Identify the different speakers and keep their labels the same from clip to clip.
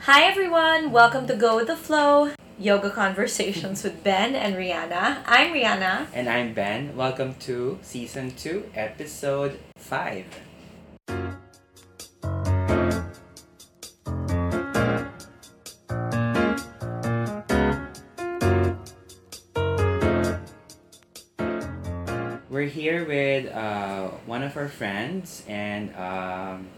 Speaker 1: Hi everyone! Welcome to Go with the Flow Yoga Conversations with Ben and Rihanna. I'm Rihanna.
Speaker 2: And I'm Ben. Welcome to Season 2, Episode 5. We're here with uh, one of our friends and um,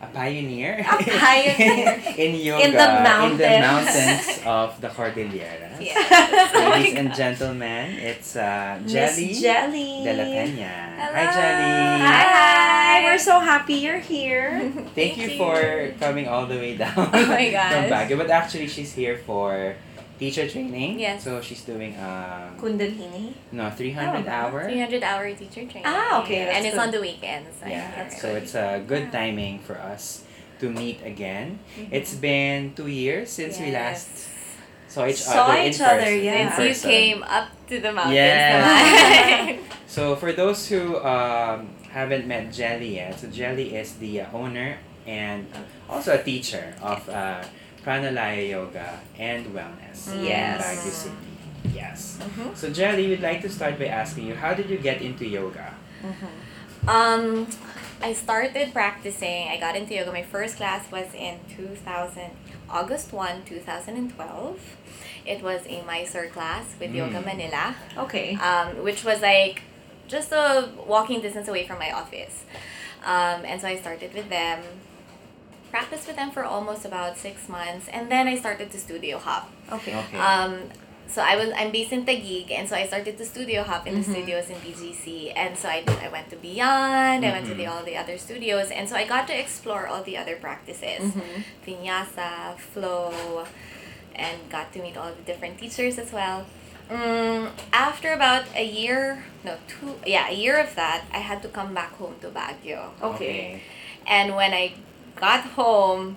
Speaker 2: a pioneer.
Speaker 1: A pioneer.
Speaker 2: in yoga.
Speaker 1: In the mountains.
Speaker 2: mountains of the Cordilleras. Ladies
Speaker 1: Yes.
Speaker 2: and gentlemen, it's uh,
Speaker 1: Miss
Speaker 2: Jelly
Speaker 1: Jelly.
Speaker 2: de la Peña. Hi,
Speaker 3: Hello.
Speaker 2: Jelly.
Speaker 1: Hi, hi!
Speaker 3: Hi.
Speaker 1: We're so happy you're here.
Speaker 2: Thank, you, for coming all the way down
Speaker 3: Oh my
Speaker 2: from
Speaker 3: gosh.
Speaker 2: Baguio. But actually, she's here for teacher training.
Speaker 3: Yes.
Speaker 2: So she's doing um,
Speaker 1: Kundalini.
Speaker 2: no 300
Speaker 1: Oh,
Speaker 2: hour.
Speaker 3: 300 hour teacher training.
Speaker 1: Ah, okay, that's
Speaker 3: and it's
Speaker 1: good.
Speaker 3: on the weekends. I
Speaker 2: Yeah.
Speaker 3: heard.
Speaker 2: So it's a good timing for us to meet again. It's been two years since we last saw each
Speaker 1: Saw
Speaker 2: other in
Speaker 1: each other,
Speaker 2: person.
Speaker 1: yeah.
Speaker 2: in
Speaker 3: And you
Speaker 2: person.
Speaker 3: came up to the mountains.
Speaker 2: Yes.
Speaker 3: naman.
Speaker 2: So for those who um, haven't met Jelly yet, so Jelly is the uh, owner and also a teacher of uh, Pranalaya Yoga and Wellness
Speaker 1: Yes.
Speaker 2: in Baguio City. Yes. So Jelly, we'd like to start by asking you, how did you get into yoga?
Speaker 3: um, I started practicing. I got into yoga. My first class was in 2000, August 1, 2012. It was a Mysore class with Yoga
Speaker 2: Mm.
Speaker 3: Manila.
Speaker 1: Okay.
Speaker 3: um, which was like just a walking distance away from my office. Um, and so I started with them, practiced with them for almost about six months, and then I started to studio hop.
Speaker 1: Okay.
Speaker 2: Okay.
Speaker 3: Um, so I was I'm based in Taguig, and so I started to studio hop in the studios in BGC, and so I I went to Beyond, I went to the, all the other studios, and so I got to explore all the other practices,
Speaker 1: Mm-hmm.
Speaker 3: vinyasa, flow, and got to meet all the different teachers as well. Mm, after about a year, no two, yeah, a year of that, I had to come back home to Baguio,
Speaker 1: Okay.
Speaker 3: and when I got home,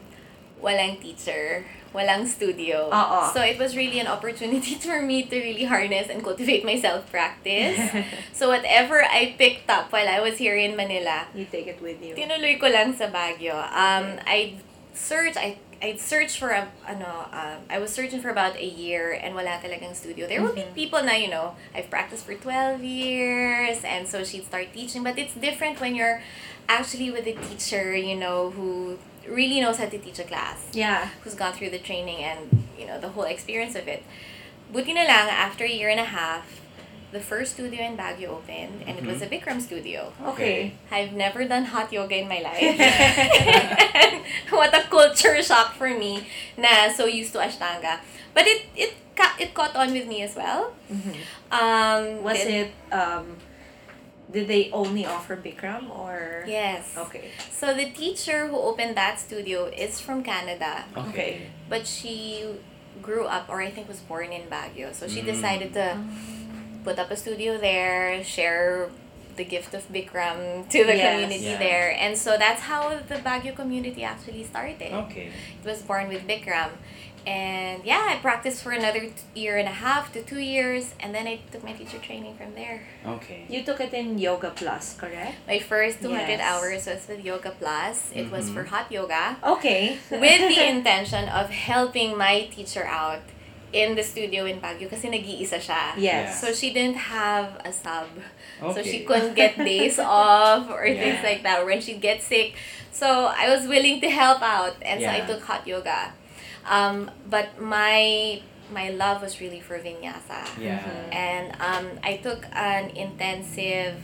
Speaker 3: walang teacher, walang studio.
Speaker 1: Oo.
Speaker 3: So it was really an opportunity for me to really harness and cultivate my self-practice. so whatever I picked up while I was here in Manila,
Speaker 1: You take it with you.
Speaker 3: tinuloy ko lang sa Baguio. Um, I search, I I'd search for a, ano, um, I was searching for about a year and wala talagang studio. There would be people na, you know, I've practiced for 12 years and so she'd start teaching. But it's different when you're actually with a teacher, you know, who really knows how to teach a class
Speaker 1: Yeah.
Speaker 3: who's gone through the training and you know the whole experience of it. Buti na lang after a year and a half, the first studio in Baguio opened and it was a Bikram studio.
Speaker 1: Okay.
Speaker 3: I've never done hot yoga in my life. And what a culture shock for me na so used to Ashtanga. But it it ca- it caught on with me as well. Um
Speaker 1: Mm-hmm. Was
Speaker 3: then-
Speaker 1: it, um, did they only offer Bikram or?
Speaker 3: Yes.
Speaker 1: Okay.
Speaker 3: So the teacher who opened that studio is from Canada.
Speaker 2: Okay.
Speaker 1: Okay.
Speaker 3: but she grew up or I think was born in Baguio. So she
Speaker 2: Mm.
Speaker 3: decided to put up a studio there, share the gift of Bikram to the
Speaker 1: Yes.
Speaker 3: community
Speaker 2: Yeah.
Speaker 3: there. And so that's how the Baguio community actually started.
Speaker 1: Oh,
Speaker 2: Okay.
Speaker 3: It was born with Bikram. And yeah, I practiced for another t- year and a half to two years, and then I took my teacher training from there.
Speaker 2: Okay.
Speaker 1: You took it in Yoga Plus, correct?
Speaker 3: My first 200
Speaker 1: Yes.
Speaker 3: hours was with Yoga Plus. It was for hot yoga.
Speaker 1: Okay.
Speaker 3: with the intention of helping my teacher out in the studio in Baguio kasi nag-iisa siya.
Speaker 1: Yes.
Speaker 3: So she didn't have a sub. So
Speaker 2: Okay.
Speaker 3: she couldn't get days off or
Speaker 2: Yeah.
Speaker 3: things like that or when she'd get sick. So I was willing to help out and so I
Speaker 2: Yeah.
Speaker 3: took hot yoga. Um, but my my love was really for vinyasa.
Speaker 2: Yeah.
Speaker 3: And um, I took an intensive,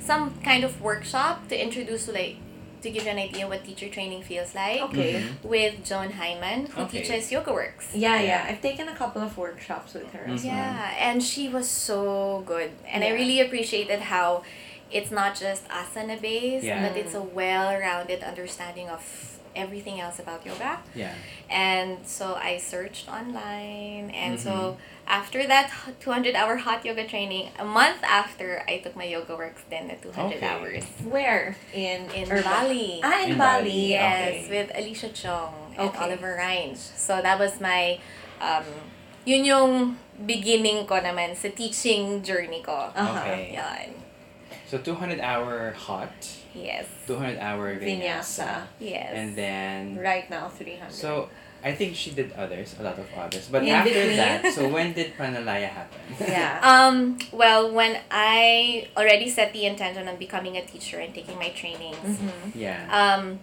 Speaker 3: some kind of workshop to introduce to like, to give you an idea what teacher training feels like
Speaker 1: Okay.
Speaker 2: Mhm.
Speaker 3: with Joan Hyman, who
Speaker 2: Okay.
Speaker 3: teaches yoga works.
Speaker 1: Yeah, yeah.
Speaker 2: Yeah.
Speaker 1: I've taken a couple of workshops with her.
Speaker 2: Mhm.
Speaker 3: Yeah, and she was so good. And I
Speaker 1: Yeah.
Speaker 3: really appreciated how it's not just asana based,
Speaker 2: Yeah.
Speaker 3: but it's a well rounded understanding of everything else about yoga.
Speaker 2: Yeah.
Speaker 3: And so I searched online. And so
Speaker 2: Mm-hmm.
Speaker 3: after that 200 hour hot yoga training, a month after, I took my yoga works then at 200
Speaker 2: Okay.
Speaker 3: hours
Speaker 1: Where? In
Speaker 3: in
Speaker 1: Urban-
Speaker 3: Bali.
Speaker 1: Ah, in,
Speaker 2: In
Speaker 1: Bali.
Speaker 2: Bali.
Speaker 3: Yes,
Speaker 2: Okay.
Speaker 3: with Alicia Chong and
Speaker 1: Okay.
Speaker 3: Oliver Rines. So that was my, um, yun yung beginning ko naman sa teaching journey ko.
Speaker 1: Uh-huh.
Speaker 2: Okay.
Speaker 3: Yan.
Speaker 2: So 200 hour hot,
Speaker 3: Yes.
Speaker 2: 200 hour vinyasa,
Speaker 1: Vinyasa.
Speaker 3: Yes.
Speaker 2: and then
Speaker 1: Right now, 300.
Speaker 2: so I think she did others, a lot of others. But
Speaker 1: In
Speaker 2: after
Speaker 1: between.
Speaker 2: that, so when did Panalaya happen?
Speaker 1: yeah.
Speaker 3: Um, well, when I already set the intention on becoming a teacher and taking my trainings,
Speaker 1: Mhm.
Speaker 2: yeah.
Speaker 3: um,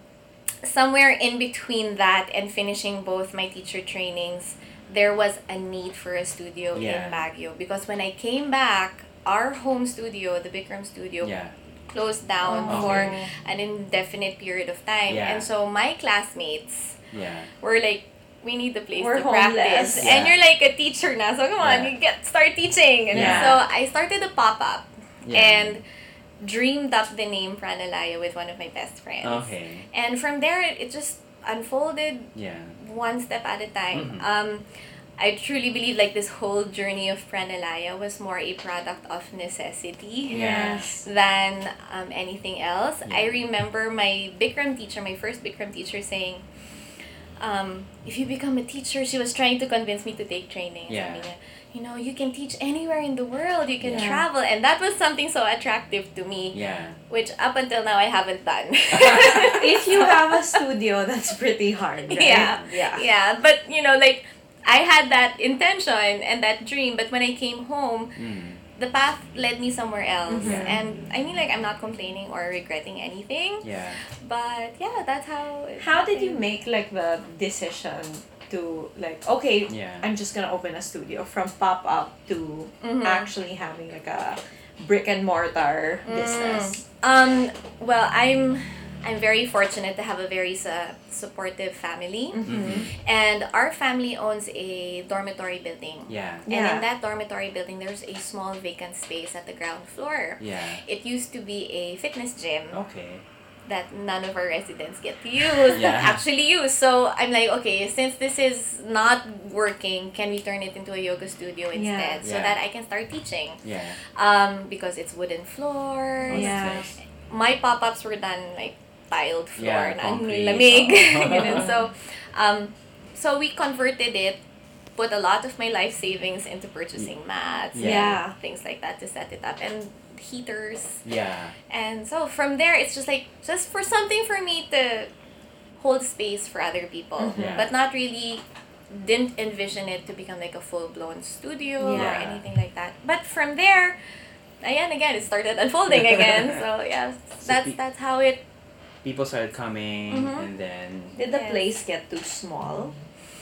Speaker 3: somewhere in between that and finishing both my teacher trainings, there was a need for a studio
Speaker 2: Yeah.
Speaker 3: in Baguio because when I came back, our home studio, the Bikram studio,
Speaker 2: yeah.
Speaker 3: closed down
Speaker 2: Oh.
Speaker 3: for an indefinite period of time.
Speaker 2: Yeah.
Speaker 3: And so my classmates
Speaker 2: Yeah.
Speaker 3: were like, we need the place
Speaker 1: We're
Speaker 3: to practice.
Speaker 1: homeless.
Speaker 3: And
Speaker 2: Yeah.
Speaker 3: you're like a teacher now, so come on,
Speaker 2: Yeah.
Speaker 3: you get start teaching. And
Speaker 2: Yeah.
Speaker 3: so I started a pop up
Speaker 2: Yeah.
Speaker 3: and dreamed up the name Pranalaya with one of my best friends.
Speaker 2: okay.
Speaker 3: And from there, it it just unfolded
Speaker 2: Yeah.
Speaker 3: one step at a time.
Speaker 2: Mhm.
Speaker 3: Um, I truly believe like this whole journey of Pranalaya was more a product of necessity
Speaker 2: Yes.
Speaker 3: than um, anything else. I
Speaker 2: Yeah.
Speaker 3: remember my Bikram teacher, my first Bikram teacher saying, um, if you become a teacher, she was trying to convince me to take training.
Speaker 2: Yeah.
Speaker 3: Sabi niya, you know, you can teach anywhere in the world, you can
Speaker 1: Yeah.
Speaker 3: travel. And that was something so attractive to me,
Speaker 2: Yeah.
Speaker 3: which up until now I haven't done.
Speaker 1: if you have a studio, that's pretty hard, right?
Speaker 3: Yeah.
Speaker 1: Yeah.
Speaker 3: yeah but you know like i had that intention and that dream but when i came home
Speaker 2: Mm.
Speaker 3: the path led me somewhere else
Speaker 1: Mhm.
Speaker 3: and i mean like i'm not complaining or regretting anything
Speaker 2: Yeah.
Speaker 3: but yeah that's how it
Speaker 1: How did you
Speaker 3: happened.
Speaker 1: make like the decision to like okay,
Speaker 2: Yeah.
Speaker 1: I'm just gonna open a studio from pop up to
Speaker 3: Mhm.
Speaker 1: actually having like a brick and mortar
Speaker 3: Mm.
Speaker 1: business.
Speaker 3: um well i'm i'm very fortunate to have a very su- supportive family
Speaker 2: Mhm.
Speaker 3: and our family owns a dormitory building
Speaker 2: Yeah.
Speaker 3: and in
Speaker 1: Yeah.
Speaker 3: that dormitory building there's a small vacant space at the ground floor
Speaker 2: Yeah.
Speaker 3: it used to be a fitness gym
Speaker 2: Okay.
Speaker 3: that none of our residents get to use
Speaker 2: Yeah.
Speaker 3: actually use so i'm like okay since this is not working can we turn it into a yoga studio
Speaker 1: Yeah.
Speaker 3: instead so
Speaker 2: Yeah.
Speaker 3: that i can start teaching
Speaker 2: Yeah.
Speaker 3: um because it's wooden
Speaker 2: Oh,
Speaker 3: floors
Speaker 1: Yeah.
Speaker 2: that's nice.
Speaker 3: my pop-ups were done like tiled floor
Speaker 2: Yeah,
Speaker 3: na ang
Speaker 2: concrete.
Speaker 3: lamig
Speaker 2: Oo.
Speaker 3: Ganun. so um so we converted it put a lot of my life savings into purchasing mats
Speaker 2: Yeah.
Speaker 1: Yeah.
Speaker 3: things like that to set it up and heaters
Speaker 2: Yeah.
Speaker 3: and so from there, it's just like just for something for me to hold space for other people,
Speaker 1: Mhm.
Speaker 2: Yeah.
Speaker 3: but not really didn't envision it to become like a full blown studio or
Speaker 1: Yeah.
Speaker 3: anything like that. But from there, ayan again, it started unfolding again. so yeah,
Speaker 2: So
Speaker 3: that's
Speaker 2: pe-
Speaker 3: that's how it.
Speaker 2: people started coming,
Speaker 1: Mm-hmm.
Speaker 3: Mhm.
Speaker 2: and then
Speaker 1: Did the
Speaker 3: Yes.
Speaker 1: place get too small?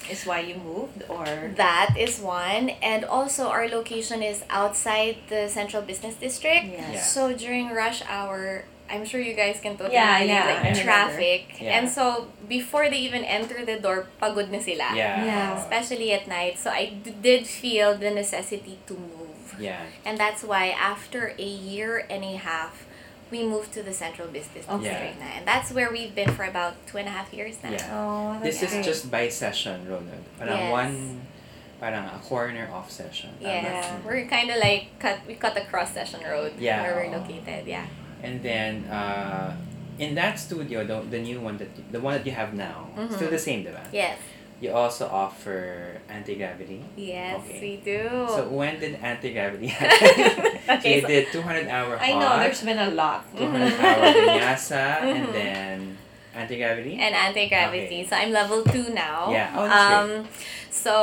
Speaker 1: Is why you moved or
Speaker 3: That is one, and also our location is outside the central business district.
Speaker 1: Yes.
Speaker 2: Yeah.
Speaker 3: So during rush hour, I'm sure you guys can totally
Speaker 1: Yeah,
Speaker 3: relate,
Speaker 1: yeah,
Speaker 3: like
Speaker 2: I remember.
Speaker 3: traffic.
Speaker 2: Yeah.
Speaker 3: And so before they even enter the door, pagod na sila.
Speaker 2: yeah,
Speaker 1: Yeah.
Speaker 3: Especially at night. So I d- did feel the necessity to move.
Speaker 2: yeah,
Speaker 3: And that's why after a year and a half, we moved to the central business
Speaker 1: Okay.
Speaker 3: district na. And that's where we've been for about two and a half years now.
Speaker 2: Yeah.
Speaker 1: Oh,
Speaker 2: This
Speaker 1: that's
Speaker 2: is
Speaker 1: great.
Speaker 2: just by session, Ronald. Parang
Speaker 3: Yes.
Speaker 2: one, parang a corner off session.
Speaker 3: Yeah.
Speaker 1: Yeah.
Speaker 2: Tama.
Speaker 3: We're kind of like cut, we cut across Session Road
Speaker 2: Yeah.
Speaker 3: where we're located. Yeah.
Speaker 2: And then uh, in that studio, the, the new one that the one that you have now,
Speaker 3: Mhm.
Speaker 2: still the same, diba?
Speaker 3: Yes.
Speaker 2: You also offer anti gravity.
Speaker 3: Yes,
Speaker 2: Okay.
Speaker 3: we do.
Speaker 2: So when did anti gravity happen?
Speaker 3: Oh. Okay,
Speaker 2: you
Speaker 3: so-
Speaker 2: did two hundred hour
Speaker 1: I know
Speaker 2: hot,
Speaker 1: there's been a lot.
Speaker 2: two hundred hour vinyasa, and then anti gravity.
Speaker 3: Mm-hmm. and
Speaker 2: Okay.
Speaker 3: anti-gravity. So I'm level two now.
Speaker 2: Yeah. Oh, that's great.
Speaker 3: um, so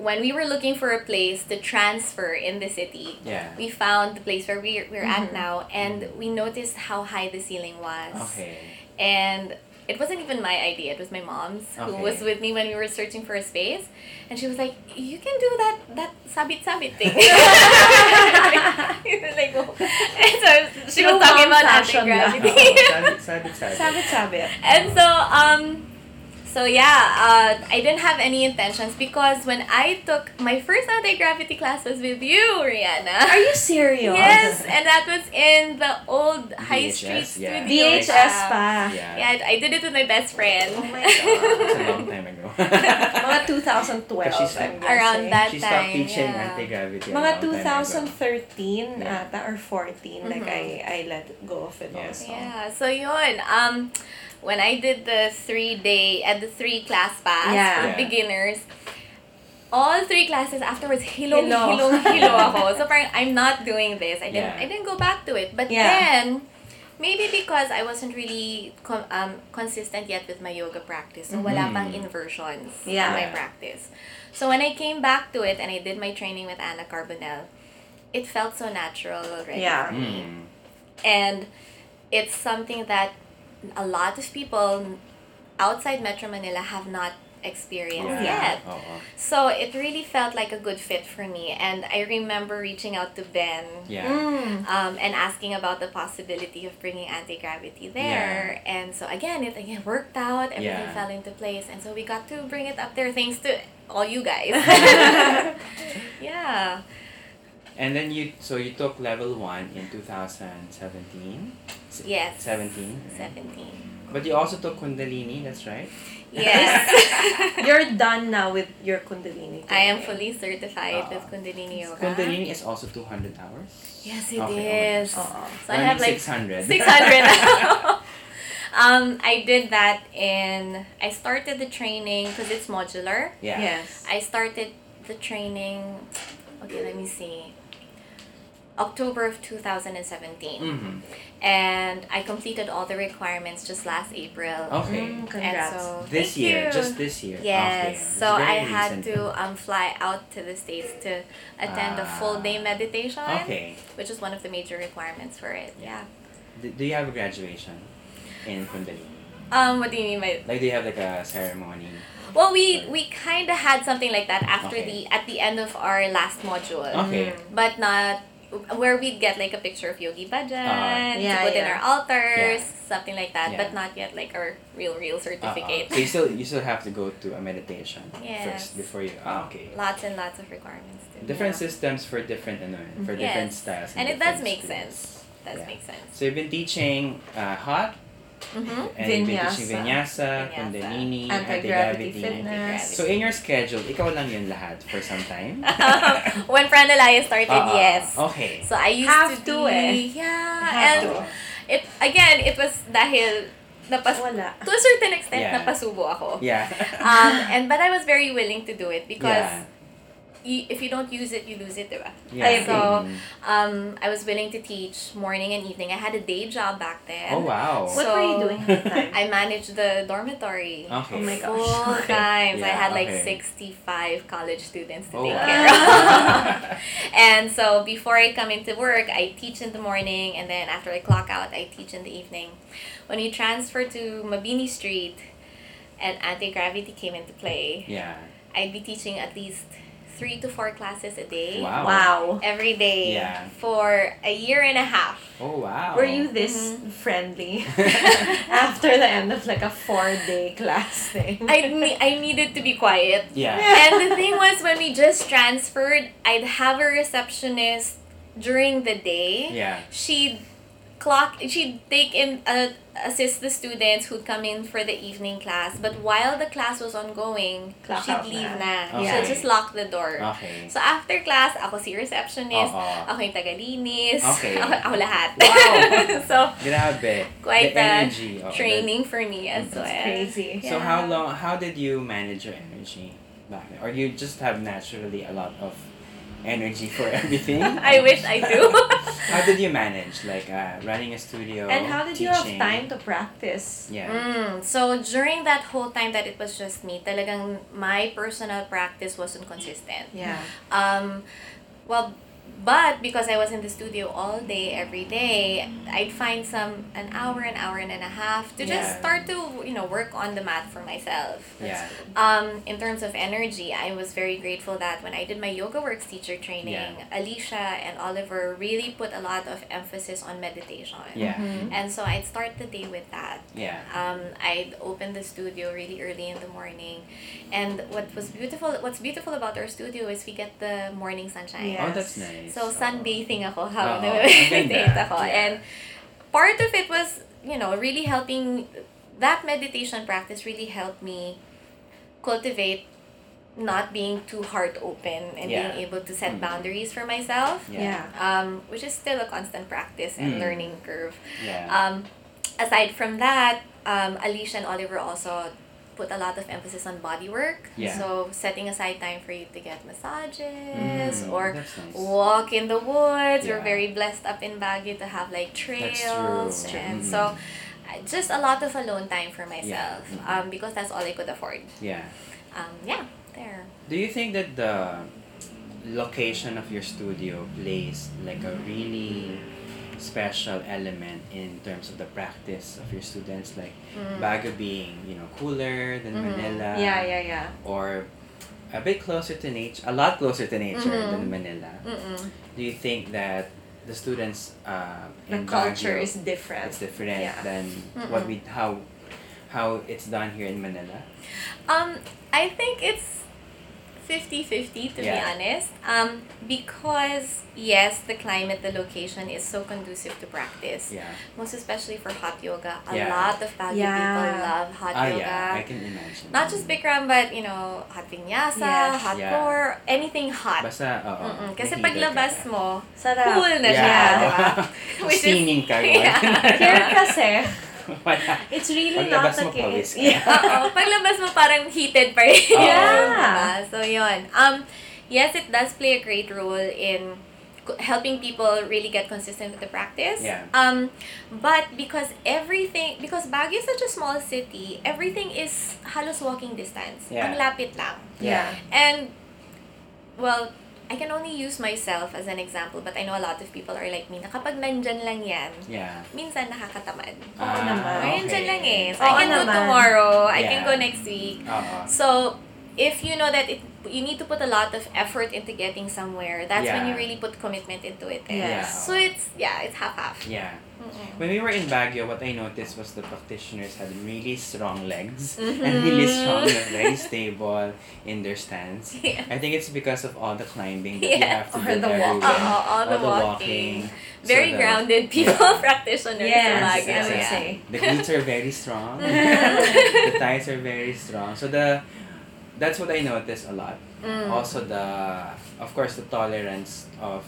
Speaker 3: when we were looking for a place to transfer in the city,
Speaker 2: Yeah.
Speaker 3: we found the place where we're, we're at
Speaker 2: Mm-hmm.
Speaker 1: Mhm.
Speaker 3: now, and we noticed how high the ceiling was.
Speaker 2: Okay.
Speaker 3: And it wasn't even my idea; it was my mom's, who
Speaker 2: Okay.
Speaker 3: was with me when we were searching for a space, and she was like, "You can do that that sabit sabit thing." like, oh. and so she
Speaker 1: True
Speaker 3: was talking
Speaker 1: mom
Speaker 3: about
Speaker 1: fashion lang.
Speaker 2: Oo,
Speaker 3: anti-gravity.
Speaker 2: Oh, sabit, sabit, sabit.
Speaker 1: Sabit sabit.
Speaker 3: And so, um, so yeah, uh, I didn't have any intentions because when I took my first anti-gravity class was with you,
Speaker 1: Are
Speaker 3: Rihanna.
Speaker 1: you serious?
Speaker 3: Yes, and that was in the old High
Speaker 2: VHS,
Speaker 3: Street
Speaker 2: yeah.
Speaker 3: studio.
Speaker 1: DHS pa.
Speaker 2: Yeah.
Speaker 3: Yeah, I did it with my best friend.
Speaker 1: Oh my
Speaker 2: It's a long time ago.
Speaker 1: Mga 2012.
Speaker 2: She's
Speaker 1: I'm
Speaker 2: like-
Speaker 1: guessing.
Speaker 3: Around that
Speaker 2: eh. she stopped
Speaker 3: time,
Speaker 2: teaching
Speaker 3: yeah.
Speaker 2: anti-gravity. a
Speaker 1: Mga
Speaker 2: long time ago.
Speaker 1: 2013
Speaker 2: Yeah.
Speaker 1: ata or 14, like
Speaker 3: Mhm.
Speaker 1: I, I let go of it
Speaker 2: Yeah.
Speaker 1: also.
Speaker 3: Yeah, so yun. Um, when I did the three day at the three class pass
Speaker 1: Yeah.
Speaker 3: for
Speaker 2: Yeah.
Speaker 3: beginners, all three classes afterwards, hilong,
Speaker 1: Hilo.
Speaker 3: hilong, hilo ako. So parang, I'm not doing this. I didn't,
Speaker 2: Yeah.
Speaker 3: I didn't go back to it. But
Speaker 1: Yeah.
Speaker 3: then, maybe because I wasn't really com- um, consistent yet with my yoga practice. So wala
Speaker 2: Mhm.
Speaker 3: pang inversions
Speaker 1: Yeah.
Speaker 3: in my
Speaker 2: Yeah.
Speaker 3: practice. So when I came back to it and I did my training with Anna Carbonell, it felt so natural already
Speaker 1: Yeah.
Speaker 3: for me.
Speaker 2: Mm.
Speaker 3: And it's something that a lot of people outside Metro Manila have not experienced
Speaker 2: Yeah. oh,
Speaker 3: yet.
Speaker 2: Oo.
Speaker 3: So it really felt like a good fit for me, and I remember reaching out to Ben
Speaker 2: Yeah.
Speaker 1: Mm.
Speaker 3: um, and asking about the possibility of bringing anti gravity there. And so again, it again worked out. Everything
Speaker 2: Yeah.
Speaker 3: fell into place, and so we got to bring it up there thanks to all you guys. yeah.
Speaker 2: And then you so you took level one in 2017. Se-
Speaker 3: Yes.
Speaker 2: 17. right?
Speaker 3: Seventeen.
Speaker 2: But you also took Kundalini, that's right?
Speaker 3: Yes.
Speaker 1: You're done now with your Kundalini.
Speaker 3: I
Speaker 1: training.
Speaker 3: am fully certified with
Speaker 2: Ah.
Speaker 3: Kundalini Yoga.
Speaker 2: Kundalini is also 200 hours.
Speaker 3: Yes, it is.
Speaker 2: Okay, okay. Oh,
Speaker 1: Oo.
Speaker 3: So I have
Speaker 2: Running
Speaker 3: like
Speaker 2: 600.
Speaker 3: 600. um, I did that in. I started the training because it's modular.
Speaker 2: yeah.
Speaker 1: Yes.
Speaker 3: I started the training. Okay, let me see. October of 2017.
Speaker 2: Mm-hmm.
Speaker 3: And I completed all the requirements just last April.
Speaker 2: Okay.
Speaker 1: Mm,
Speaker 3: And
Speaker 1: congrats.
Speaker 3: so
Speaker 2: Oh, This
Speaker 3: thank
Speaker 2: year,
Speaker 3: you.
Speaker 2: just this year. Okay.
Speaker 3: Yes,
Speaker 2: It's
Speaker 3: so
Speaker 2: very
Speaker 3: I had
Speaker 2: recent.
Speaker 3: to um, fly out to the States to attend a full
Speaker 2: Ah.
Speaker 3: day meditation,
Speaker 2: Okay.
Speaker 3: which is one of the major requirements for it. Yeah.
Speaker 2: Do, do you have a graduation in Kundalini?
Speaker 3: Um, what do you mean by
Speaker 2: Like, do you have like a ceremony?
Speaker 3: Well, we
Speaker 2: Right.
Speaker 3: we kind of had something like that after
Speaker 2: Okay. Uh-huh.
Speaker 3: the at the end of our last module,
Speaker 2: Okay.
Speaker 3: but not where we'd get like a picture of Yogi Bhajan
Speaker 2: Ah.
Speaker 3: to
Speaker 1: Yeah,
Speaker 3: put in
Speaker 1: yeah.
Speaker 3: our altars,
Speaker 2: Yeah.
Speaker 3: something like that, but
Speaker 2: Yeah.
Speaker 3: not yet like our real real
Speaker 2: Uh-uh.
Speaker 3: certificate.
Speaker 2: So you still you still have to go to a meditation
Speaker 3: Yes.
Speaker 2: first before you. ah, okay.
Speaker 3: Lots and lots of requirements. Too.
Speaker 2: Different systems for different ano, eh, for different
Speaker 3: Yes.
Speaker 2: styles.
Speaker 3: And it
Speaker 2: different
Speaker 3: does make
Speaker 2: students.
Speaker 3: That
Speaker 2: Yeah.
Speaker 3: makes sense.
Speaker 2: So you've been teaching uh, hot
Speaker 3: Mm-hmm.
Speaker 2: and you've been teaching vinyasa,
Speaker 3: Vinyasa.
Speaker 2: kundalini,
Speaker 1: Anti-gravity
Speaker 2: anti-gravity.
Speaker 1: fitness.
Speaker 2: So in your schedule, ikaw lang yun lahat for some time?
Speaker 3: when Fran Alaya started,
Speaker 2: Ah, ah,
Speaker 3: yes.
Speaker 2: Okay.
Speaker 3: So I used
Speaker 1: Have to,
Speaker 3: to, be,
Speaker 1: eh.
Speaker 3: yeah,
Speaker 1: Have
Speaker 3: and
Speaker 1: to.
Speaker 3: it again it was dahil napas
Speaker 1: Wala.
Speaker 3: to a certain extent
Speaker 2: Yeah.
Speaker 3: napasubo ako.
Speaker 2: Yeah.
Speaker 3: Um, and but I was very willing to do it because
Speaker 2: yeah.
Speaker 3: y- if you don't use it, you lose it, diba?
Speaker 2: yeah.
Speaker 1: I
Speaker 3: So
Speaker 2: Mm.
Speaker 3: um, I was willing to teach morning and evening. I had a day job back then.
Speaker 2: Oh wow.
Speaker 1: What
Speaker 3: So-
Speaker 1: were you doing at the time?
Speaker 3: I managed the dormitory.
Speaker 2: okay.
Speaker 1: Oh my God. gosh.
Speaker 3: Full
Speaker 1: Okay.
Speaker 3: time. So I
Speaker 2: Yeah,
Speaker 3: had like
Speaker 2: okay.
Speaker 3: 65 college students to
Speaker 2: Oh,
Speaker 3: take
Speaker 2: wow.
Speaker 3: care of. and so before I come into work, I teach in the morning, and then after I clock out, I teach in the evening. When we transferred to Mabini Street and anti gravity came into play,
Speaker 2: Yeah.
Speaker 3: I'd be teaching at least three to four classes a day.
Speaker 2: Wow.
Speaker 1: Wow.
Speaker 3: Every day
Speaker 2: Yeah.
Speaker 3: for a year and a half.
Speaker 2: Oh wow.
Speaker 1: Were you this
Speaker 2: Mm-hmm.
Speaker 1: friendly after the end of like a four day class thing?
Speaker 3: I, ne- I needed to be quiet
Speaker 2: Yeah.
Speaker 3: and the thing was when we just transferred i'd have a receptionist during the day
Speaker 2: Yeah.
Speaker 3: she'd clock she'd take in uh, assist the students who'd come in for the evening class but while the class was ongoing
Speaker 1: Clock out
Speaker 3: she'd leave na,
Speaker 2: Okay.
Speaker 3: she'll just lock the door
Speaker 2: Okay.
Speaker 3: so after class ako si receptionist
Speaker 2: Oo.
Speaker 3: ako yung tagalinis
Speaker 2: Okay.
Speaker 3: ako, ako lahat
Speaker 2: Wow.
Speaker 3: so
Speaker 2: Grabe.
Speaker 3: Quite
Speaker 2: the
Speaker 3: a
Speaker 2: energy. oo, that- Oh,
Speaker 3: training for me as well
Speaker 1: That's crazy.
Speaker 2: So how
Speaker 3: Yeah.
Speaker 2: long? How did you manage your energy back then, or you just have naturally a lot of energy for everything?
Speaker 3: i wish i do
Speaker 2: How did you manage, like uh, running a studio?
Speaker 1: And how did you
Speaker 2: teaching?
Speaker 1: have time to practice?
Speaker 2: Yeah.
Speaker 3: Mm, so during that whole time that it was just me, talagang my personal practice wasn't consistent.
Speaker 1: Yeah.
Speaker 3: Um, well, but because I was in the studio all day, every day, I'd find some an hour, an hour and a half to just
Speaker 2: Yeah.
Speaker 3: start to you know work on the mat for myself.
Speaker 2: Yeah.
Speaker 3: Um, in terms of energy, I was very grateful that when I did my yoga works teacher training, Alicia and Oliver really put a lot of emphasis on meditation.
Speaker 2: Yeah.
Speaker 3: And so I'd start the day with that.
Speaker 2: Yeah.
Speaker 3: Um, I'd open the studio really early in the morning, and what was beautiful, what's beautiful about our studio is we get the morning sunshine.
Speaker 1: Yeah.
Speaker 2: Oh, that's nice.
Speaker 3: So
Speaker 2: Oo.
Speaker 3: sunbathing ako habang
Speaker 2: Oo,
Speaker 3: oh,
Speaker 2: ang
Speaker 3: meditate
Speaker 2: ganda.
Speaker 3: ako,
Speaker 2: Yeah.
Speaker 3: and part of it was, you know, really helping. That meditation practice really helped me cultivate not being too heart open and
Speaker 2: Yeah.
Speaker 3: being able to
Speaker 2: Mm.
Speaker 3: set boundaries for myself.
Speaker 2: Yeah.
Speaker 3: Um, which is still a constant practice and
Speaker 2: Mm.
Speaker 3: learning curve.
Speaker 2: Yeah.
Speaker 3: Um, aside from that, um, Alicia and Oliver also put a lot of emphasis on body work.
Speaker 2: Yeah.
Speaker 3: So setting aside time for you to get massages
Speaker 2: Mm,
Speaker 3: or
Speaker 2: that's nice.
Speaker 3: walk in the woods. We're
Speaker 2: Yeah.
Speaker 3: very blessed up in Baguio to have like
Speaker 2: That's
Speaker 3: trails
Speaker 2: true. Mm.
Speaker 3: and so I- just a lot of alone time for myself
Speaker 2: mhm.
Speaker 3: um, because that's all I could afford.
Speaker 2: Yeah.
Speaker 3: Um, yeah, there.
Speaker 2: Do you think that the location of your studio plays like a really special element in terms of the practice of your students? Like Baguio being, you know, cooler than
Speaker 3: Mhm.
Speaker 2: Manila.
Speaker 1: Mm-hmm. yeah, yeah, yeah.
Speaker 2: Or a bit closer to nature, a lot closer to nature
Speaker 1: Mm-hmm.
Speaker 2: than
Speaker 3: Mhm.
Speaker 2: Manila.
Speaker 3: Mm-mm.
Speaker 2: Do you think that the students uh,
Speaker 1: The
Speaker 2: in
Speaker 1: culture
Speaker 2: Baguio
Speaker 1: is different.
Speaker 2: it's different
Speaker 1: Yeah.
Speaker 2: than
Speaker 3: Mm-mm.
Speaker 2: what we how how it's done here in Manila?
Speaker 3: Um, I think it's 50-50 to
Speaker 2: Yeah.
Speaker 3: be honest. Um, because yes, the climate, the location is so conducive to practice.
Speaker 2: Yeah.
Speaker 3: Most especially for hot yoga. A
Speaker 2: Yeah.
Speaker 3: lot of Baguio
Speaker 1: Yeah.
Speaker 3: people love hot
Speaker 2: Ah,
Speaker 3: yoga.
Speaker 2: yeah, I can imagine.
Speaker 3: Not just Bikram, but you know, hot vinyasa,
Speaker 1: Yes.
Speaker 3: hot
Speaker 2: Yeah.
Speaker 3: core, anything hot.
Speaker 2: Basta, oo.
Speaker 3: Mm-mm. Kasi
Speaker 2: may heater
Speaker 3: paglabas
Speaker 2: ka.
Speaker 3: mo,
Speaker 1: Sarap.
Speaker 3: cool na siya,
Speaker 1: Yeah.
Speaker 3: di ba? Which is-
Speaker 2: Stinging ka ron.
Speaker 3: Yeah.
Speaker 1: Here kasi,
Speaker 2: Wala.
Speaker 1: it's really
Speaker 2: Paglabas
Speaker 1: not
Speaker 2: mo,
Speaker 1: the case.
Speaker 2: pawis ka.
Speaker 1: Yeah.
Speaker 3: Oo, paglabas mo parang heated pa rin.
Speaker 2: Oo.
Speaker 3: Diba? So, yun. Um, yes, it does play a great role in co- helping people really get consistent with the practice.
Speaker 2: Yeah.
Speaker 3: Um, but because everything, because Baguio is such a small city, everything is halos walking distance.
Speaker 2: Yeah.
Speaker 3: Ang lapit lang.
Speaker 1: Yeah.
Speaker 3: And, well, I can only use myself as an example, but I know a lot of people are like me na kapag nandyan lang yan,
Speaker 2: Yeah.
Speaker 3: minsan nakakatamad.
Speaker 1: Oo naman.
Speaker 2: Ah,
Speaker 3: Okay.
Speaker 2: okay.
Speaker 3: Nandyan lang eh. So,
Speaker 1: Oo
Speaker 3: I can go
Speaker 1: naman.
Speaker 3: tomorrow. I can
Speaker 2: Yeah.
Speaker 3: go next week.
Speaker 2: Oo.
Speaker 3: So, if you know that it, you need to put a lot of effort into getting somewhere, that's when you
Speaker 2: Yeah.
Speaker 3: really put commitment into it. Eh?
Speaker 1: Yeah.
Speaker 3: So, it's, yeah, it's half-half.
Speaker 2: Yeah.
Speaker 3: Mm-mm.
Speaker 2: When we were in Baguio, what I noticed was the practitioners had really strong legs
Speaker 3: Mm-hmm.
Speaker 2: and really strong, very stable in their stance.
Speaker 3: Yeah.
Speaker 2: I think it's because of all the climbing that you
Speaker 3: Yeah.
Speaker 2: have to
Speaker 1: Or
Speaker 2: do
Speaker 1: the walk-
Speaker 2: everywhere.
Speaker 3: uh-uh, all the walking.
Speaker 2: So the-
Speaker 3: Very grounded people,
Speaker 2: Yeah.
Speaker 3: practitioners.
Speaker 1: Yes,
Speaker 3: Yes,
Speaker 1: I would
Speaker 3: yeah.
Speaker 1: say.
Speaker 2: The glutes are very strong. the thighs are very strong. So the that's what I noticed a lot.
Speaker 3: Mm.
Speaker 2: Also the of course the tolerance of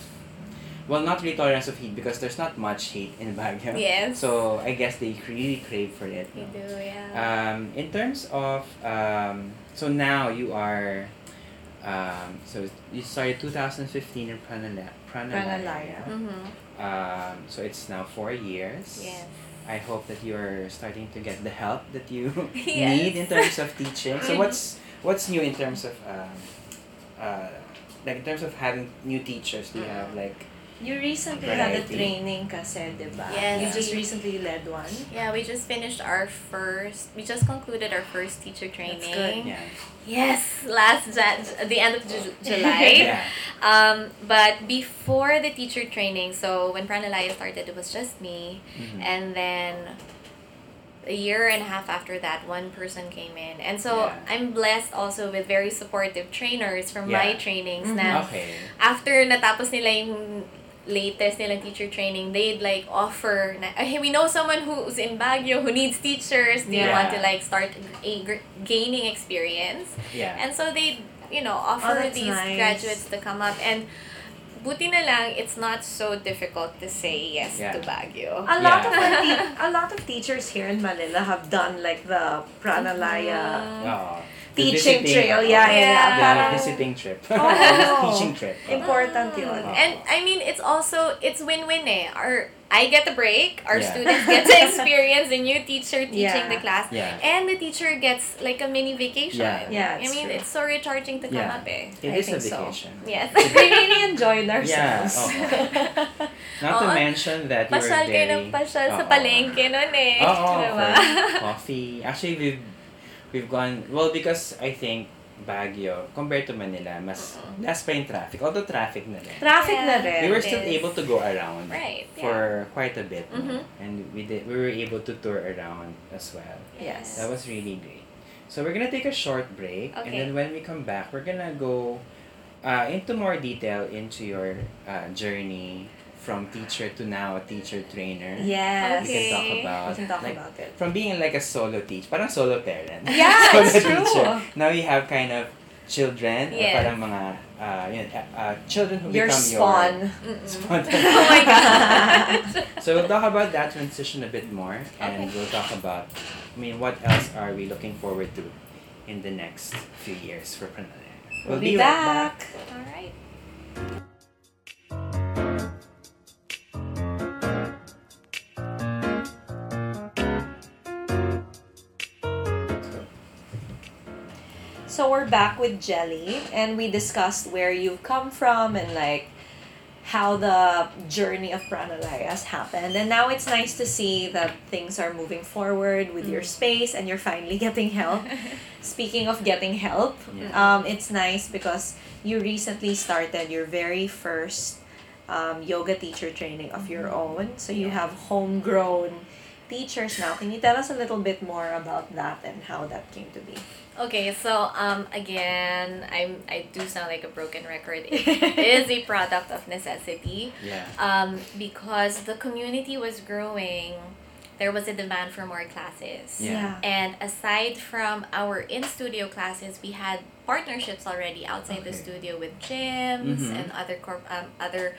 Speaker 2: well not really tolerance of heat because there's not much heat in Baguio.
Speaker 3: Yes.
Speaker 2: So I guess they really crave for it.
Speaker 3: We
Speaker 2: no?
Speaker 3: do, yeah.
Speaker 2: Um, in terms of um, so now you are um, so you started 2015 in Pranala
Speaker 1: Pranalaya.
Speaker 2: Pranalaya.
Speaker 3: mm-hmm.
Speaker 2: Um, so it's now four years.
Speaker 3: Yes.
Speaker 2: I hope that you're starting to get the help that you
Speaker 3: Yes.
Speaker 2: need in terms of teaching. So
Speaker 3: Mhm.
Speaker 2: what's what's new in terms of um, uh, like in terms of having new teachers? Do you have like
Speaker 1: You recently had a
Speaker 2: Variety.
Speaker 1: training kasi, di ba?
Speaker 3: Yes.
Speaker 1: You just recently led one.
Speaker 3: Yeah, we just finished our first, we just concluded our first teacher training.
Speaker 1: good.
Speaker 2: yeah
Speaker 3: Yes, last Jan- the end of Ju- July.
Speaker 2: yeah
Speaker 3: um, but before the teacher training, so when Pranalaya started, it was just me,
Speaker 2: Mhm.
Speaker 3: and then a year and a half after that, one person came in, and so
Speaker 2: Yeah.
Speaker 3: I'm blessed also with very supportive trainers from
Speaker 2: Yeah.
Speaker 3: my
Speaker 2: Mm-hmm.
Speaker 3: trainings.
Speaker 1: Mhm.
Speaker 3: Na
Speaker 2: okay
Speaker 3: after natapos nila yung latest nilang teacher training, they'd like offer na, hey, we know someone who's in Baguio who needs teachers. Do you
Speaker 2: Yeah.
Speaker 3: want to like start a, gr- gaining experience?
Speaker 2: yeah
Speaker 3: And so they, you know, offer
Speaker 1: Oh, that's
Speaker 3: these
Speaker 1: nice.
Speaker 3: graduates to come up and buti na lang, it's not so difficult to say yes
Speaker 2: Yeah.
Speaker 3: to Baguio.
Speaker 1: A lot
Speaker 2: Yeah.
Speaker 1: of our te- a lot of teachers here in Manila have done like the Pranalaya.
Speaker 3: Mhm.
Speaker 2: Oh, the
Speaker 1: Teaching
Speaker 2: visiting-
Speaker 1: trail,
Speaker 2: Oh,
Speaker 1: yeah, yeah,
Speaker 3: Yeah.
Speaker 1: yeah.
Speaker 2: the
Speaker 1: Parang
Speaker 2: visiting trip
Speaker 1: Oo.
Speaker 2: teaching trip oh.
Speaker 1: important yun.
Speaker 2: Wow.
Speaker 3: And I mean, it's also, it's win-win eh. Our, I get a break, our
Speaker 2: Yeah.
Speaker 3: students get to experience a new teacher teaching
Speaker 1: Yeah.
Speaker 3: the class.
Speaker 2: yeah
Speaker 3: And the teacher gets like a mini vacation.
Speaker 2: Yeah.
Speaker 1: Yeah,
Speaker 3: I
Speaker 1: it's
Speaker 3: mean,
Speaker 1: true.
Speaker 3: it's so recharging to come
Speaker 2: Yeah.
Speaker 3: up eh.
Speaker 2: it
Speaker 1: I
Speaker 2: is a
Speaker 1: think so.
Speaker 2: vacation
Speaker 3: Yes.
Speaker 1: we really enjoyed ourselves.
Speaker 2: Yeah, not to
Speaker 3: Oo.
Speaker 2: mention that you were
Speaker 3: Pasyal
Speaker 2: very
Speaker 3: kayo ng pasyal sa
Speaker 2: Oo.
Speaker 3: palengke nun eh.
Speaker 2: Oo,
Speaker 3: Diba?
Speaker 2: for coffee. Actually, we've, we've gone, well, because I think Baguio, compared to Manila, mas less pa yung traffic. Although traffic na rin.
Speaker 1: Traffic na
Speaker 3: Yeah.
Speaker 1: rin.
Speaker 2: We were still
Speaker 3: Yes.
Speaker 2: able to go around
Speaker 3: Right. yeah.
Speaker 2: for quite a bit. no?
Speaker 3: Mhm.
Speaker 2: And we, did, we were able to tour around as well.
Speaker 1: Yes.
Speaker 2: That was really great. So we're gonna take a short break, and
Speaker 3: Okay.
Speaker 2: then when we come back, we're gonna go uh, into more detail into your uh, journey from teacher to now a teacher trainer.
Speaker 1: Yes.
Speaker 2: We can talk
Speaker 3: Okay.
Speaker 2: about
Speaker 1: We can talk
Speaker 2: like,
Speaker 1: about it.
Speaker 2: from being like a solo teach, parang solo parent.
Speaker 1: Yeah,
Speaker 2: solo
Speaker 1: it's true.
Speaker 2: teacher. Now we have kind of children, or
Speaker 3: Yes.
Speaker 2: parang mga uh, yun, uh, uh, children who
Speaker 1: Your
Speaker 2: become
Speaker 1: spawn.
Speaker 3: Mm-mm.
Speaker 2: Spawn.
Speaker 3: oh my god.
Speaker 2: So we'll talk about that transition a bit more, and
Speaker 3: Okay.
Speaker 2: we'll talk about, I mean, what else are we looking forward to in the next few years for Pranalaya.
Speaker 1: We'll, be, back.
Speaker 3: All right.
Speaker 1: So we're back with Jelly, and we discussed where you've come from and like how the journey of Pranalayas happened. And now it's nice to see that things are moving forward with
Speaker 3: Mm.
Speaker 1: your space, and you're finally getting help. Speaking of getting help,
Speaker 2: Yeah.
Speaker 1: um, it's nice because you recently started your very first um, yoga teacher training of your
Speaker 2: Mm-hmm.
Speaker 1: own. So you have homegrown teachers now. Can you tell us a little bit more about that and how that came to be?
Speaker 3: Okay, so um again, I'm I do sound like a broken record. It is a product of necessity.
Speaker 2: Yeah.
Speaker 3: Um because the community was growing, there was a demand for more classes.
Speaker 2: Yeah.
Speaker 3: And aside from our in studio classes, we had partnerships already outside the
Speaker 2: Okay.
Speaker 3: studio with gyms
Speaker 2: Mhm.
Speaker 3: and other corp- um, other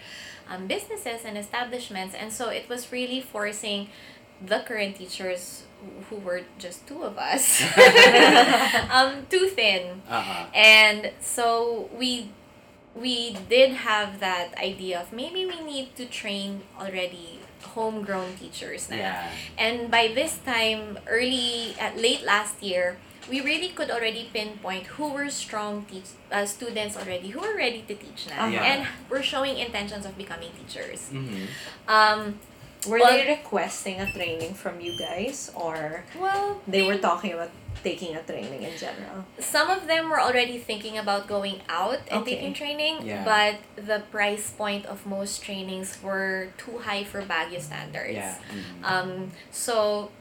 Speaker 3: um, businesses and establishments. And so it was really forcing the current teachers who- who were just two of us um, too thin.
Speaker 2: Uh-huh.
Speaker 3: And so we we did have that idea of maybe we need to train already homegrown teachers na.
Speaker 2: Yeah.
Speaker 3: And by this time, early at late last year, we really could already pinpoint who were strong teach uh, students already who were ready to teach now,
Speaker 1: Uh-huh.
Speaker 3: and were showing intentions of becoming teachers.
Speaker 2: Mm-hmm.
Speaker 3: Um,
Speaker 1: Were
Speaker 3: Well-
Speaker 1: they requesting a training from you guys or
Speaker 3: well,
Speaker 1: they were talking about taking a training in general?
Speaker 3: some of them were already thinking about going out and
Speaker 1: Okay.
Speaker 3: taking training,
Speaker 2: Yeah.
Speaker 3: but the price point of most trainings were too high for Baguio standards.
Speaker 2: Yeah. mhm.
Speaker 3: Um, so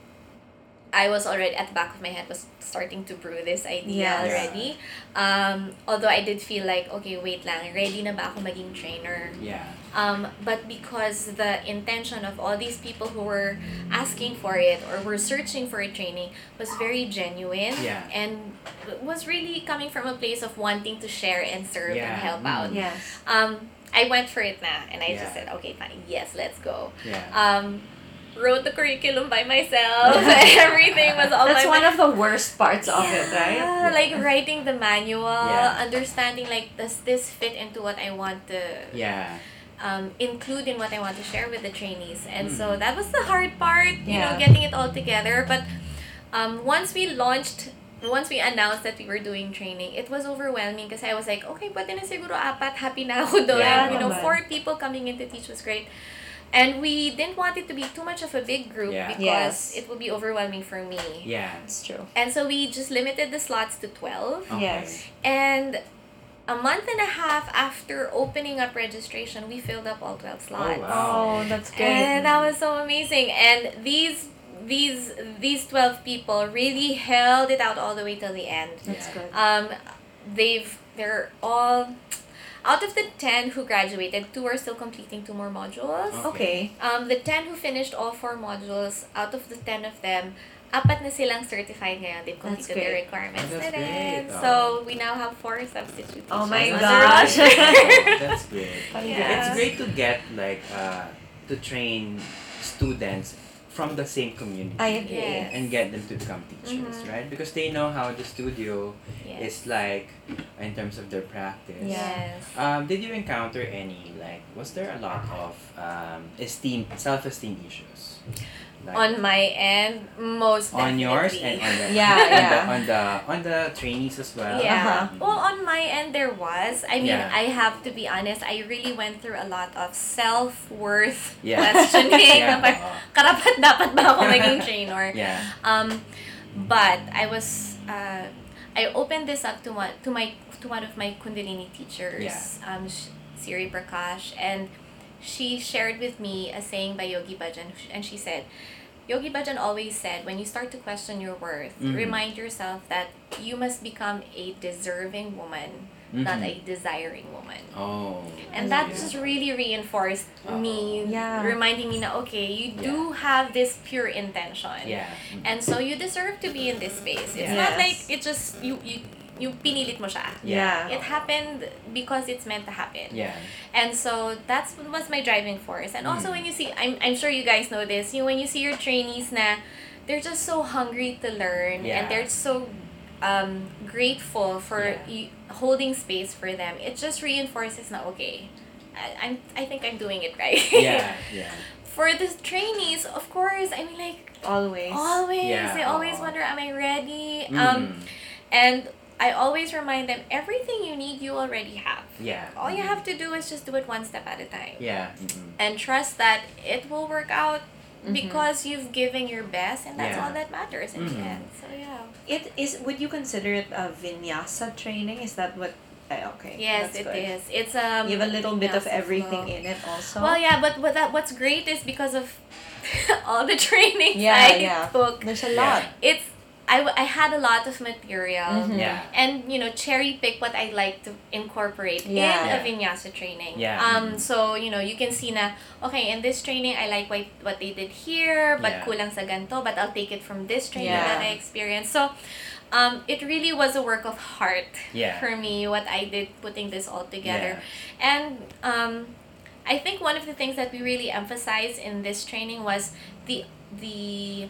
Speaker 3: I was already at the back of my head was starting to brew this idea
Speaker 1: Yeah.
Speaker 3: already. Um, although I did feel like, okay, wait lang, ready na ba ako maging trainer?
Speaker 2: yeah.
Speaker 3: Um, but because the intention of all these people who were asking for it or were searching for a training was very genuine
Speaker 2: Yeah.
Speaker 3: and was really coming from a place of wanting to share and serve
Speaker 2: Yeah.
Speaker 3: and help
Speaker 2: Mm.
Speaker 3: out.
Speaker 1: Yes.
Speaker 3: Um, I went for it na and I just
Speaker 2: Yeah.
Speaker 3: said, okay, fine, yes, let's go
Speaker 2: Yeah.
Speaker 3: um, wrote the curriculum by myself. Everything was
Speaker 2: oh,
Speaker 3: all
Speaker 1: That's one
Speaker 3: my
Speaker 1: of the worst parts of it, right?
Speaker 3: yeah, like writing the manual,
Speaker 2: Yeah.
Speaker 3: understanding like does this fit into what I want to
Speaker 2: yeah.
Speaker 3: um, include in what I want to share with the trainees, and so
Speaker 2: Mm.
Speaker 3: that was the hard part, you
Speaker 1: Yeah.
Speaker 3: know, getting it all together. But um, once we launched, once we announced that we were doing training, it was overwhelming because I was like, okay, pwede na siguro apat, happy na ako doon.
Speaker 2: Yeah,
Speaker 3: you know,
Speaker 1: naman.
Speaker 3: four people coming in to teach was great. And we didn't want it to be too much of a big group
Speaker 2: Yeah.
Speaker 1: Yes.
Speaker 3: because it would be overwhelming for me.
Speaker 2: Yeah.
Speaker 1: That's true.
Speaker 3: And so we just limited the slots to 12.
Speaker 2: Okay.
Speaker 1: Yes.
Speaker 3: And a month and a half after opening up registration, we filled up all 12 slots.
Speaker 1: Oh,
Speaker 2: wow.
Speaker 1: that's good.
Speaker 3: And that was so amazing. And these these these 12 people really held it out all the way till the end.
Speaker 1: that's
Speaker 2: Yeah.
Speaker 1: good.
Speaker 3: Um they've they're all out of the 10 who graduated, two are still completing two more modules.
Speaker 1: Okay.
Speaker 3: Um, the 10 who finished all four modules, out of the 10 of them, apat na silang certified ngayon. They've
Speaker 1: That's
Speaker 3: completed their
Speaker 1: great.
Speaker 3: requirements
Speaker 2: Oh, that's
Speaker 3: na
Speaker 2: great.
Speaker 3: rin.
Speaker 2: Oh.
Speaker 3: So, we now have four substitutes.
Speaker 1: Oh my
Speaker 3: Those are
Speaker 1: gosh.
Speaker 3: all-
Speaker 2: Oh, that's great.
Speaker 3: Yeah.
Speaker 2: It's great to get like uh, to train students from the same community
Speaker 1: I agree. Mm-hmm.
Speaker 3: Yeah.
Speaker 2: and get them to become teachers,
Speaker 3: Mhm.
Speaker 2: right? Because they know how the studio
Speaker 3: Yes.
Speaker 2: is like in terms of their practice.
Speaker 1: Yeah.
Speaker 3: Yes.
Speaker 2: Um, did you encounter any like was there a lot of um, esteem self esteem issues? Like,
Speaker 3: On my end, most
Speaker 2: on
Speaker 3: definitely.
Speaker 2: yours and on the
Speaker 1: Yeah,
Speaker 2: on the on the on the trainees as
Speaker 1: Uh-huh.
Speaker 2: well.
Speaker 3: Yeah.
Speaker 2: Mhm.
Speaker 3: Well, on my end, there was. I mean,
Speaker 2: Yeah.
Speaker 3: I have to be honest. I really went through a lot of self worth
Speaker 2: Yeah.
Speaker 3: questioning.
Speaker 2: yeah.
Speaker 3: na parang,
Speaker 2: oo.
Speaker 3: Karapat dapat ba ako maging trainer?
Speaker 2: yeah.
Speaker 3: Um, but I was uh, I opened this up to one to my to one of my Kundalini teachers,
Speaker 2: Yeah.
Speaker 3: um, Sh- Siri Prakash, and she shared with me a saying by Yogi Bhajan, and she said, Yogi Bhajan always said, when you start to question your worth,
Speaker 2: Mhm.
Speaker 3: remind yourself that you must become a deserving woman, not
Speaker 2: Mhm.
Speaker 3: a desiring woman.
Speaker 2: Oh.
Speaker 3: And
Speaker 1: I
Speaker 3: that
Speaker 1: love Oh.
Speaker 3: just really reinforced me,
Speaker 1: Yeah.
Speaker 3: reminding me that okay, you do have this pure intention.
Speaker 2: Yeah.
Speaker 3: And so you deserve to be in this space. It's
Speaker 2: Yes.
Speaker 3: not like it just you you you pinilit mo siya.
Speaker 1: Yeah.
Speaker 3: It happened because it's meant to happen.
Speaker 2: Yeah.
Speaker 3: And so that's what was my driving force. And also
Speaker 2: Mm.
Speaker 3: when you see I'm I'm sure you guys know this, you when you see your trainees na they're just so hungry to learn
Speaker 2: Yeah.
Speaker 3: and they're so um, grateful for
Speaker 1: Yeah.
Speaker 3: y- holding space for them, it just reinforces na okay. I, I'm I think I'm doing it right.
Speaker 2: yeah, yeah.
Speaker 3: for the trainees, of course, I mean like
Speaker 1: Always.
Speaker 3: always
Speaker 2: Yeah,
Speaker 3: they always
Speaker 2: oo.
Speaker 3: wonder am I ready?
Speaker 2: Mm,
Speaker 3: Um and I always remind them everything you need you already have.
Speaker 2: yeah.
Speaker 3: All you have to do is just do it one step at a time.
Speaker 2: Yeah. mhm.
Speaker 3: And trust that it will work out
Speaker 1: Mhm.
Speaker 3: because you've given your best and
Speaker 2: Mm-hmm.
Speaker 3: that's
Speaker 2: Yeah.
Speaker 3: all that matters in the
Speaker 2: Mhm.
Speaker 3: end. So yeah.
Speaker 1: It is. Would you consider it a vinyasa training? Is that what? eh, okay.
Speaker 3: Yes,
Speaker 1: that's
Speaker 3: it
Speaker 1: good.
Speaker 3: is. It's um
Speaker 1: You have a little bit of
Speaker 3: yes,
Speaker 1: everything
Speaker 3: flow.
Speaker 1: in it, also.
Speaker 3: Well, yeah, but what that what's great is because of all the trainings
Speaker 1: Yeah,
Speaker 3: I
Speaker 1: yeah.
Speaker 3: took.
Speaker 1: There's a
Speaker 2: Yeah.
Speaker 1: lot.
Speaker 3: It's I, w- I had a lot of material.
Speaker 1: Mhm.
Speaker 2: Yeah.
Speaker 3: and you know cherry pick what I like to incorporate
Speaker 1: Yeah.
Speaker 3: in a vinyasa training.
Speaker 2: Yeah.
Speaker 3: Um. So you know you can see na okay in this training I like what what they did here, but
Speaker 2: Yeah.
Speaker 3: kulang sa ganto, but I'll take it from this training
Speaker 1: Yeah.
Speaker 3: that I experienced. So, um, it really was a work of heart
Speaker 2: Yeah.
Speaker 3: for me what I did putting this all together,
Speaker 2: Yeah.
Speaker 3: and um, I think one of the things that we really emphasized in this training was the the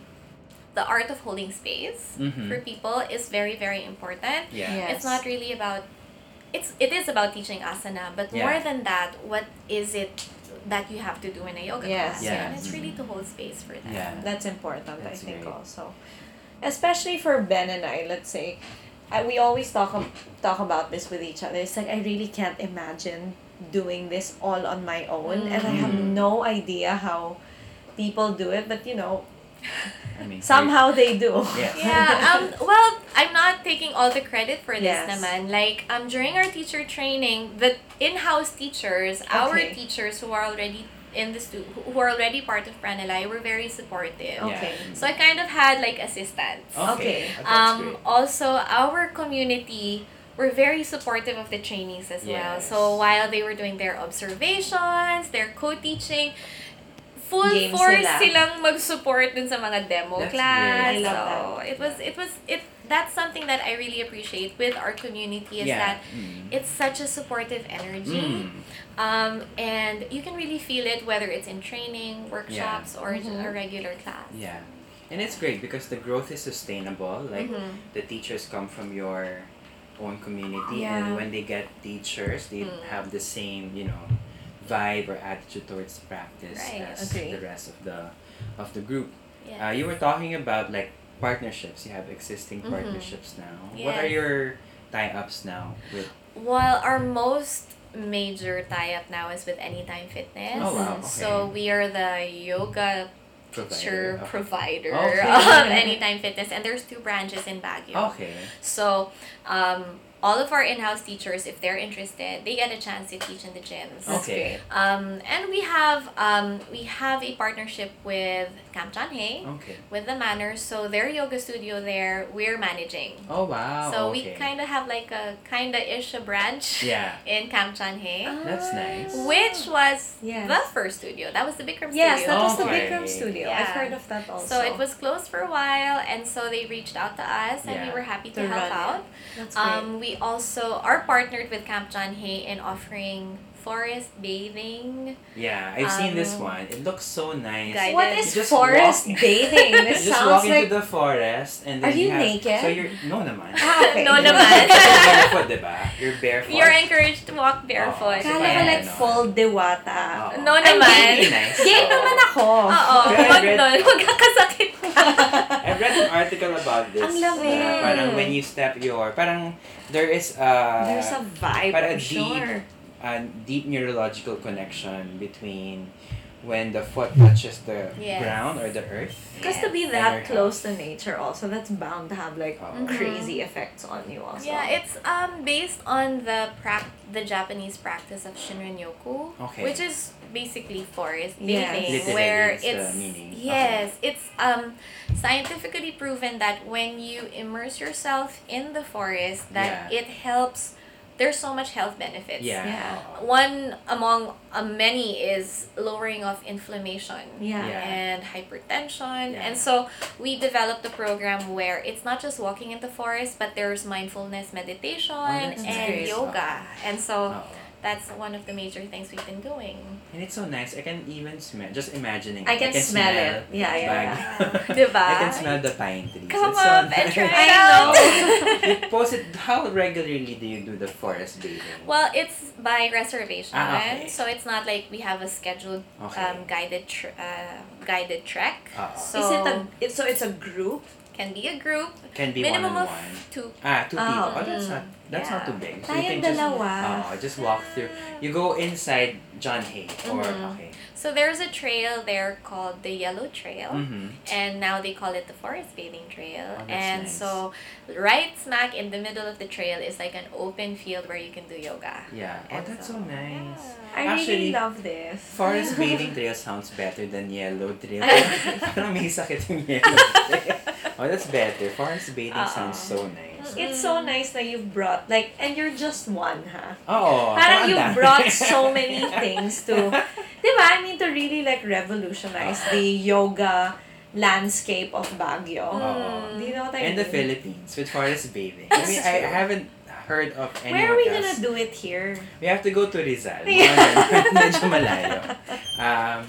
Speaker 3: the art of holding space
Speaker 2: Mhm.
Speaker 3: for people is very very important
Speaker 2: Yeah.
Speaker 1: Yeah.
Speaker 3: it's
Speaker 1: Yes.
Speaker 3: not really about it's it is about teaching asana but
Speaker 2: Yeah.
Speaker 3: more than that what is it that you have to do in a yoga
Speaker 1: Yes. Mm-hmm.
Speaker 3: class
Speaker 2: Yeah.
Speaker 3: and it's really to hold space for them
Speaker 2: Yeah.
Speaker 1: That's important,
Speaker 2: That's
Speaker 1: I think,
Speaker 2: great.
Speaker 1: also. Especially for Ben and I, let's say. I, we always talk, ab- talk about this with each other. It's like, I really can't imagine doing this all on my own, and I have
Speaker 2: Mm.
Speaker 1: no idea how people do it, but you know,
Speaker 2: I mean,
Speaker 1: somehow they do.
Speaker 2: Yeah.
Speaker 3: yeah um well i'm not taking all the credit for this
Speaker 1: Yes.
Speaker 3: naman like um during our teacher training the in-house teachers our
Speaker 1: Okay.
Speaker 3: teachers who are already in the stu- who are already part of pranalai were very supportive
Speaker 2: Yeah.
Speaker 1: Okay.
Speaker 3: so i kind of had like assistants
Speaker 2: Okay.
Speaker 1: Okay.
Speaker 2: Oh, that's
Speaker 3: um,
Speaker 2: great.
Speaker 3: also our community were very supportive of the trainees as well
Speaker 2: Yes.
Speaker 3: so while they were doing their observations their co-teaching full
Speaker 1: Game
Speaker 3: force
Speaker 1: sila.
Speaker 3: silang mag-support dun sa mga demo
Speaker 2: That's
Speaker 3: class
Speaker 1: great. I love
Speaker 3: so
Speaker 1: that.
Speaker 3: it was it was it that's something that i really appreciate with our community is
Speaker 2: yeah.
Speaker 3: that
Speaker 2: Mm.
Speaker 3: it's such a supportive energy
Speaker 2: Mm.
Speaker 3: um, and you can really feel it whether it's in training workshops or
Speaker 1: Mhm.
Speaker 3: a regular class
Speaker 2: Yeah. And it's great because the growth is sustainable. Like
Speaker 3: Mhm.
Speaker 2: the teachers come from your own community and
Speaker 3: Yeah.
Speaker 2: when they get teachers they
Speaker 3: Mm.
Speaker 2: have the same, you know, vibe or attitude towards practice
Speaker 3: Right.
Speaker 2: as
Speaker 1: Agree.
Speaker 2: the rest of the of the group.
Speaker 3: yeah
Speaker 2: Uh, you were talking about like partnerships. You have existing
Speaker 3: Mhm.
Speaker 2: partnerships now. What are
Speaker 3: Yes.
Speaker 2: your tie-ups now with?
Speaker 3: Well, our most major tie-up now is with Anytime Fitness.
Speaker 2: Oh, wow. Okay.
Speaker 3: So we are the yoga teacher
Speaker 2: Provider. Okay.
Speaker 3: provider
Speaker 2: Okay. Oh.
Speaker 3: of Anytime Fitness, and there's two branches in Baguio.
Speaker 2: Okay.
Speaker 3: So, um, all of our in-house teachers, if they're interested, they get a chance to teach in the gyms.
Speaker 1: That's
Speaker 2: Okay.
Speaker 3: Um, and we have um, we have a partnership with Camp John Hay.
Speaker 2: Okay.
Speaker 3: With the Manor, so their yoga studio there, we're managing.
Speaker 2: Oh wow. okay.
Speaker 3: so we kind of have like a kind of ish a branch
Speaker 2: Yeah.
Speaker 3: in Camp Chanhe,
Speaker 1: Ah,
Speaker 2: That's nice.
Speaker 3: Uh, which was
Speaker 1: Yes.
Speaker 3: the first studio. That was the Bikram
Speaker 1: Yes,
Speaker 3: studio.
Speaker 1: that was the
Speaker 2: Okay.
Speaker 1: Big Room Studio. I've
Speaker 3: Yeah.
Speaker 1: heard of that also.
Speaker 3: so it was closed for a while, and so they reached out to us, and
Speaker 2: Yeah.
Speaker 3: we were happy to,
Speaker 1: To
Speaker 3: help
Speaker 1: run it.
Speaker 3: out.
Speaker 1: That's great.
Speaker 3: Um, we also are partnered with Camp John Hay in offering forest bathing.
Speaker 2: yeah, I've seen this
Speaker 3: um,
Speaker 2: one. It looks so nice.
Speaker 3: guide-
Speaker 1: what
Speaker 3: You
Speaker 1: is
Speaker 2: just
Speaker 1: forest
Speaker 2: walk-
Speaker 1: bathing?
Speaker 2: You
Speaker 1: This
Speaker 2: just walk
Speaker 1: sounds
Speaker 2: into
Speaker 1: like.
Speaker 2: the forest and then
Speaker 1: Are you
Speaker 2: have,
Speaker 1: naked?
Speaker 2: So you're no naman.
Speaker 1: Ah, okay.
Speaker 3: No
Speaker 2: You're
Speaker 3: naman.
Speaker 2: barefoot, diba? You're barefoot. Oh,
Speaker 3: You're encouraged to walk barefoot.
Speaker 1: Kala
Speaker 2: Kaya
Speaker 1: ka like
Speaker 2: ano.
Speaker 1: full diwata.
Speaker 2: Oo.
Speaker 3: No
Speaker 1: Ay,
Speaker 3: naman.
Speaker 2: Really nice.
Speaker 1: Gay naman ako.
Speaker 3: Oo,
Speaker 2: Very
Speaker 3: wag
Speaker 2: good.
Speaker 3: nun. Huwag kakasakit.
Speaker 2: I've read an article about this.
Speaker 1: Ang lamig.
Speaker 2: na parang when you step your, parang there is a,
Speaker 1: There's a vibe,
Speaker 2: para
Speaker 1: I'm
Speaker 2: deep.
Speaker 1: sure.
Speaker 2: a deep neurological connection between when the foot touches the
Speaker 3: Yes.
Speaker 2: ground or the earth.
Speaker 1: Because to be that close to nature also, that's bound to have like
Speaker 2: Oh.
Speaker 1: crazy effects on you also.
Speaker 3: Mm-hmm. Yeah, it's um based on the prac the Japanese practice of Shinrin Yoku,
Speaker 2: Okay.
Speaker 3: which is basically forest
Speaker 1: Yes.
Speaker 3: bathing,
Speaker 2: Literally,
Speaker 3: where
Speaker 2: it's the
Speaker 3: it's
Speaker 2: meaning. Okay.
Speaker 3: yes, it's um scientifically proven that when you immerse yourself in the forest, that
Speaker 2: Yeah.
Speaker 3: it helps. There's so much health benefits.
Speaker 2: Yeah.
Speaker 1: Yeah.
Speaker 3: One among uh, many is lowering of inflammation
Speaker 1: Yeah.
Speaker 2: Yeah.
Speaker 3: and hypertension.
Speaker 2: Yeah.
Speaker 3: And so we developed a program where it's not just walking in the forest, but there's mindfulness meditation
Speaker 2: Oh, that's
Speaker 3: and
Speaker 1: nice.
Speaker 3: yoga. And so
Speaker 2: Oo.
Speaker 3: that's one of the major things we've been doing.
Speaker 2: And it's so nice. I can even smell. Just imagining.
Speaker 1: I can, smell, it. Yeah, yeah.
Speaker 2: Bag.
Speaker 3: yeah. Diba?
Speaker 2: I can smell the pine trees.
Speaker 3: Come
Speaker 2: it's so
Speaker 3: up and
Speaker 2: nice.
Speaker 3: try it
Speaker 1: I know.
Speaker 3: out.
Speaker 2: You post it. How regularly do you do the forest bathing?
Speaker 3: Well, it's by reservation,
Speaker 2: Ah, okay.
Speaker 3: so it's not like we have a scheduled
Speaker 2: Okay.
Speaker 3: um, guided tr- uh, guided trek.
Speaker 2: Ah, ah.
Speaker 3: So
Speaker 1: Is it a it's so it's a group?
Speaker 3: can be a group,
Speaker 2: Can be
Speaker 3: minimum
Speaker 2: one on
Speaker 3: of
Speaker 2: one.
Speaker 3: two.
Speaker 2: Ah,
Speaker 1: Oh,
Speaker 2: two people. Oh, that's not that's
Speaker 3: yeah.
Speaker 2: not too big. So you
Speaker 1: Tayong
Speaker 2: can just
Speaker 1: dalawa.
Speaker 2: oh, just walk through. You go inside John Hay or
Speaker 3: Mhm.
Speaker 2: okay.
Speaker 3: So there's a trail there called the Yellow Trail.
Speaker 2: Mm-hmm.
Speaker 3: And now they call it the forest bathing trail.
Speaker 2: Oh, that's
Speaker 3: and
Speaker 2: nice.
Speaker 3: so, right smack in the middle of the trail is like an open field where you can do yoga.
Speaker 2: Yeah. Oh,
Speaker 3: And
Speaker 2: that's
Speaker 3: so-
Speaker 2: so nice.
Speaker 1: I
Speaker 2: Actually,
Speaker 1: really love this.
Speaker 2: Forest bathing trail sounds better than yellow trail.
Speaker 1: I-
Speaker 2: Parang may sakit yung yellow trail. Oh, that's better. Forest bathing
Speaker 3: Oo.
Speaker 2: sounds so nice.
Speaker 1: It's so nice that you've brought like and you're just one, ha. Hmm.
Speaker 2: Oh,
Speaker 1: Parang you brought so many things to, diba? I mean to really like revolutionize the yoga landscape of Baguio.
Speaker 2: Oh,
Speaker 1: Do you know what I
Speaker 2: And
Speaker 1: mean?
Speaker 2: the Philippines with forest bathing. I mean, I
Speaker 1: True.
Speaker 2: haven't heard of anyone
Speaker 1: Where are we
Speaker 2: else.
Speaker 1: gonna do it here?
Speaker 2: We have to go to Rizal.
Speaker 1: Yeah.
Speaker 2: Mga ganun. Medyo malayo. Um,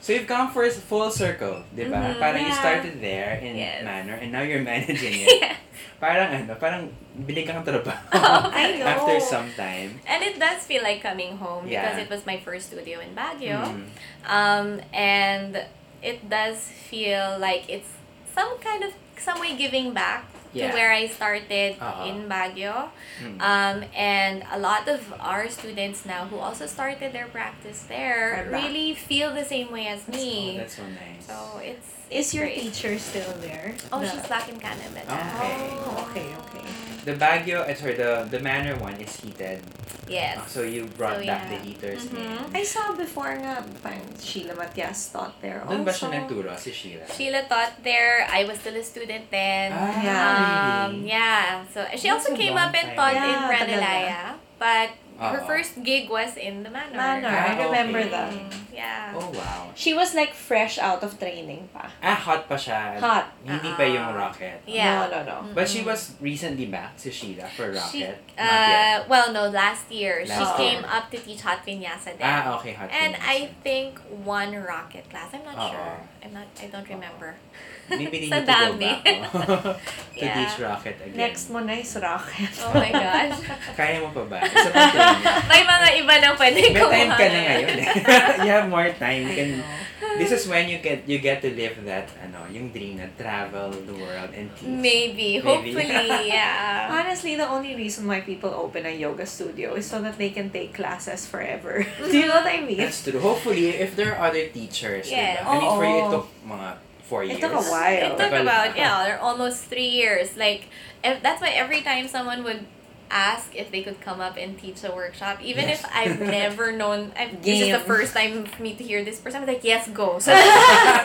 Speaker 2: so you've gone for full circle, di ba?
Speaker 3: Mhm.
Speaker 2: Parang you
Speaker 1: Mm-hmm. Yeah.
Speaker 2: started there in
Speaker 3: Yes.
Speaker 2: manner and now you're managing it.
Speaker 3: yeah.
Speaker 2: Parang ano, parang binigyan kang trabaho.
Speaker 1: I know.
Speaker 2: After some time.
Speaker 3: And it does feel like coming home because
Speaker 2: Yeah.
Speaker 3: it was my first studio in Baguio.
Speaker 2: Mm.
Speaker 3: Um, and it does feel like it's some kind of, some way giving back
Speaker 2: Yeah.
Speaker 3: to where I started
Speaker 2: Uh-huh.
Speaker 3: in Baguio.
Speaker 2: Mm.
Speaker 3: Um, and a lot of our students now who also started their practice
Speaker 1: Right
Speaker 3: there
Speaker 1: back.
Speaker 3: really feel the same way as
Speaker 2: oh,
Speaker 3: me.
Speaker 2: that's so nice.
Speaker 3: so it's
Speaker 1: Is your teacher still there?
Speaker 3: oh
Speaker 1: The-
Speaker 3: she's back in Canada.
Speaker 2: Okay.
Speaker 1: Oh, okay, okay.
Speaker 2: The Baguio, eh, sorry, the, the manor one is heated.
Speaker 3: Yes.
Speaker 2: Oh, so you brought
Speaker 3: So,
Speaker 2: back
Speaker 3: yeah.
Speaker 2: the heaters
Speaker 3: Mhm.
Speaker 1: I
Speaker 2: in.
Speaker 1: saw before nga, parang Sheila Matias taught there also.
Speaker 2: Doon ba siya nagturo? Si Sheila.
Speaker 3: Sheila taught there. I was still a student then.
Speaker 2: Ah,
Speaker 1: Yeah.
Speaker 3: Um,
Speaker 2: really?
Speaker 3: yeah. So she
Speaker 2: That's
Speaker 3: also
Speaker 2: a
Speaker 3: came
Speaker 2: long
Speaker 3: up and
Speaker 2: time.
Speaker 3: taught
Speaker 1: Yeah,
Speaker 3: in Pranalaya, but her
Speaker 2: Oo.
Speaker 3: first gig was in the manor.
Speaker 1: Manor,
Speaker 2: Ah,
Speaker 1: I remember
Speaker 2: okay.
Speaker 1: that.
Speaker 3: Mm, Yeah.
Speaker 2: Oh, wow.
Speaker 1: She was like fresh out of training pa.
Speaker 2: Ah, hot pa siya.
Speaker 1: Hot.
Speaker 2: Hindi pa yung rocket.
Speaker 3: Ah. Yeah. Mm-hmm.
Speaker 1: No, no, no.
Speaker 2: But she was recently back to Sheila for Rocket.
Speaker 3: Mm.
Speaker 2: Not yet.
Speaker 3: She, uh, well, no, last year she
Speaker 2: Last
Speaker 3: came
Speaker 2: year.
Speaker 3: up to teach hot vinyasa then.
Speaker 2: Ah, okay, hot.
Speaker 3: And
Speaker 2: Wheels.
Speaker 3: I think one rocket class. I'm not
Speaker 2: Oo.
Speaker 3: sure. I'm not. I don't remember.
Speaker 2: Maybe they
Speaker 3: Sa
Speaker 2: need to go
Speaker 3: dami.
Speaker 2: back. oh. to
Speaker 3: Yeah.
Speaker 2: teach Rocket again.
Speaker 1: Next mo na is rocket.
Speaker 3: Oh my gosh.
Speaker 2: Kaya mo pa ba? Isa pang term.
Speaker 3: May mga iba nang pwede
Speaker 2: May time ka na
Speaker 3: kumain.
Speaker 2: ngayon eh. you have more time. You can, this is when you get you get to live that, ano, yung dream na travel the world and teach.
Speaker 3: Maybe. Hopefully. Yeah.
Speaker 1: Honestly, the only reason why people open a yoga studio is so that they can take classes forever. Do you know what I mean?
Speaker 2: That's true. Hopefully, if there are other teachers,
Speaker 3: Yes.
Speaker 2: diba? I mean, for you,
Speaker 1: Oo.
Speaker 2: it took mga four
Speaker 1: It
Speaker 2: years.
Speaker 1: took a while.
Speaker 3: It took
Speaker 2: Tagal
Speaker 3: about
Speaker 2: na.
Speaker 3: yeah, they're almost three years. Like, if, that's why every time someone would ask if they could come up and teach a workshop, even
Speaker 2: Yes.
Speaker 3: if I've never known, I've, this is the
Speaker 1: Game.
Speaker 3: first time for me to hear this person. I'm like, yes, go. So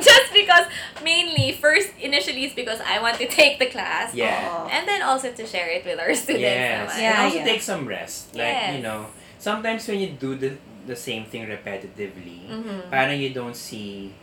Speaker 3: just because mainly first initially it's because I want to take the class,
Speaker 2: Yeah.
Speaker 1: Oo.
Speaker 3: and then also to share it with our students.
Speaker 2: Yes.
Speaker 3: naman.
Speaker 1: Yeah,
Speaker 2: and also
Speaker 1: yeah.
Speaker 2: take some rest. Like, you
Speaker 3: Yes.
Speaker 2: know, sometimes when you do the, the same thing repetitively,
Speaker 1: Mm-hmm.
Speaker 3: Mhm.
Speaker 2: parang you don't see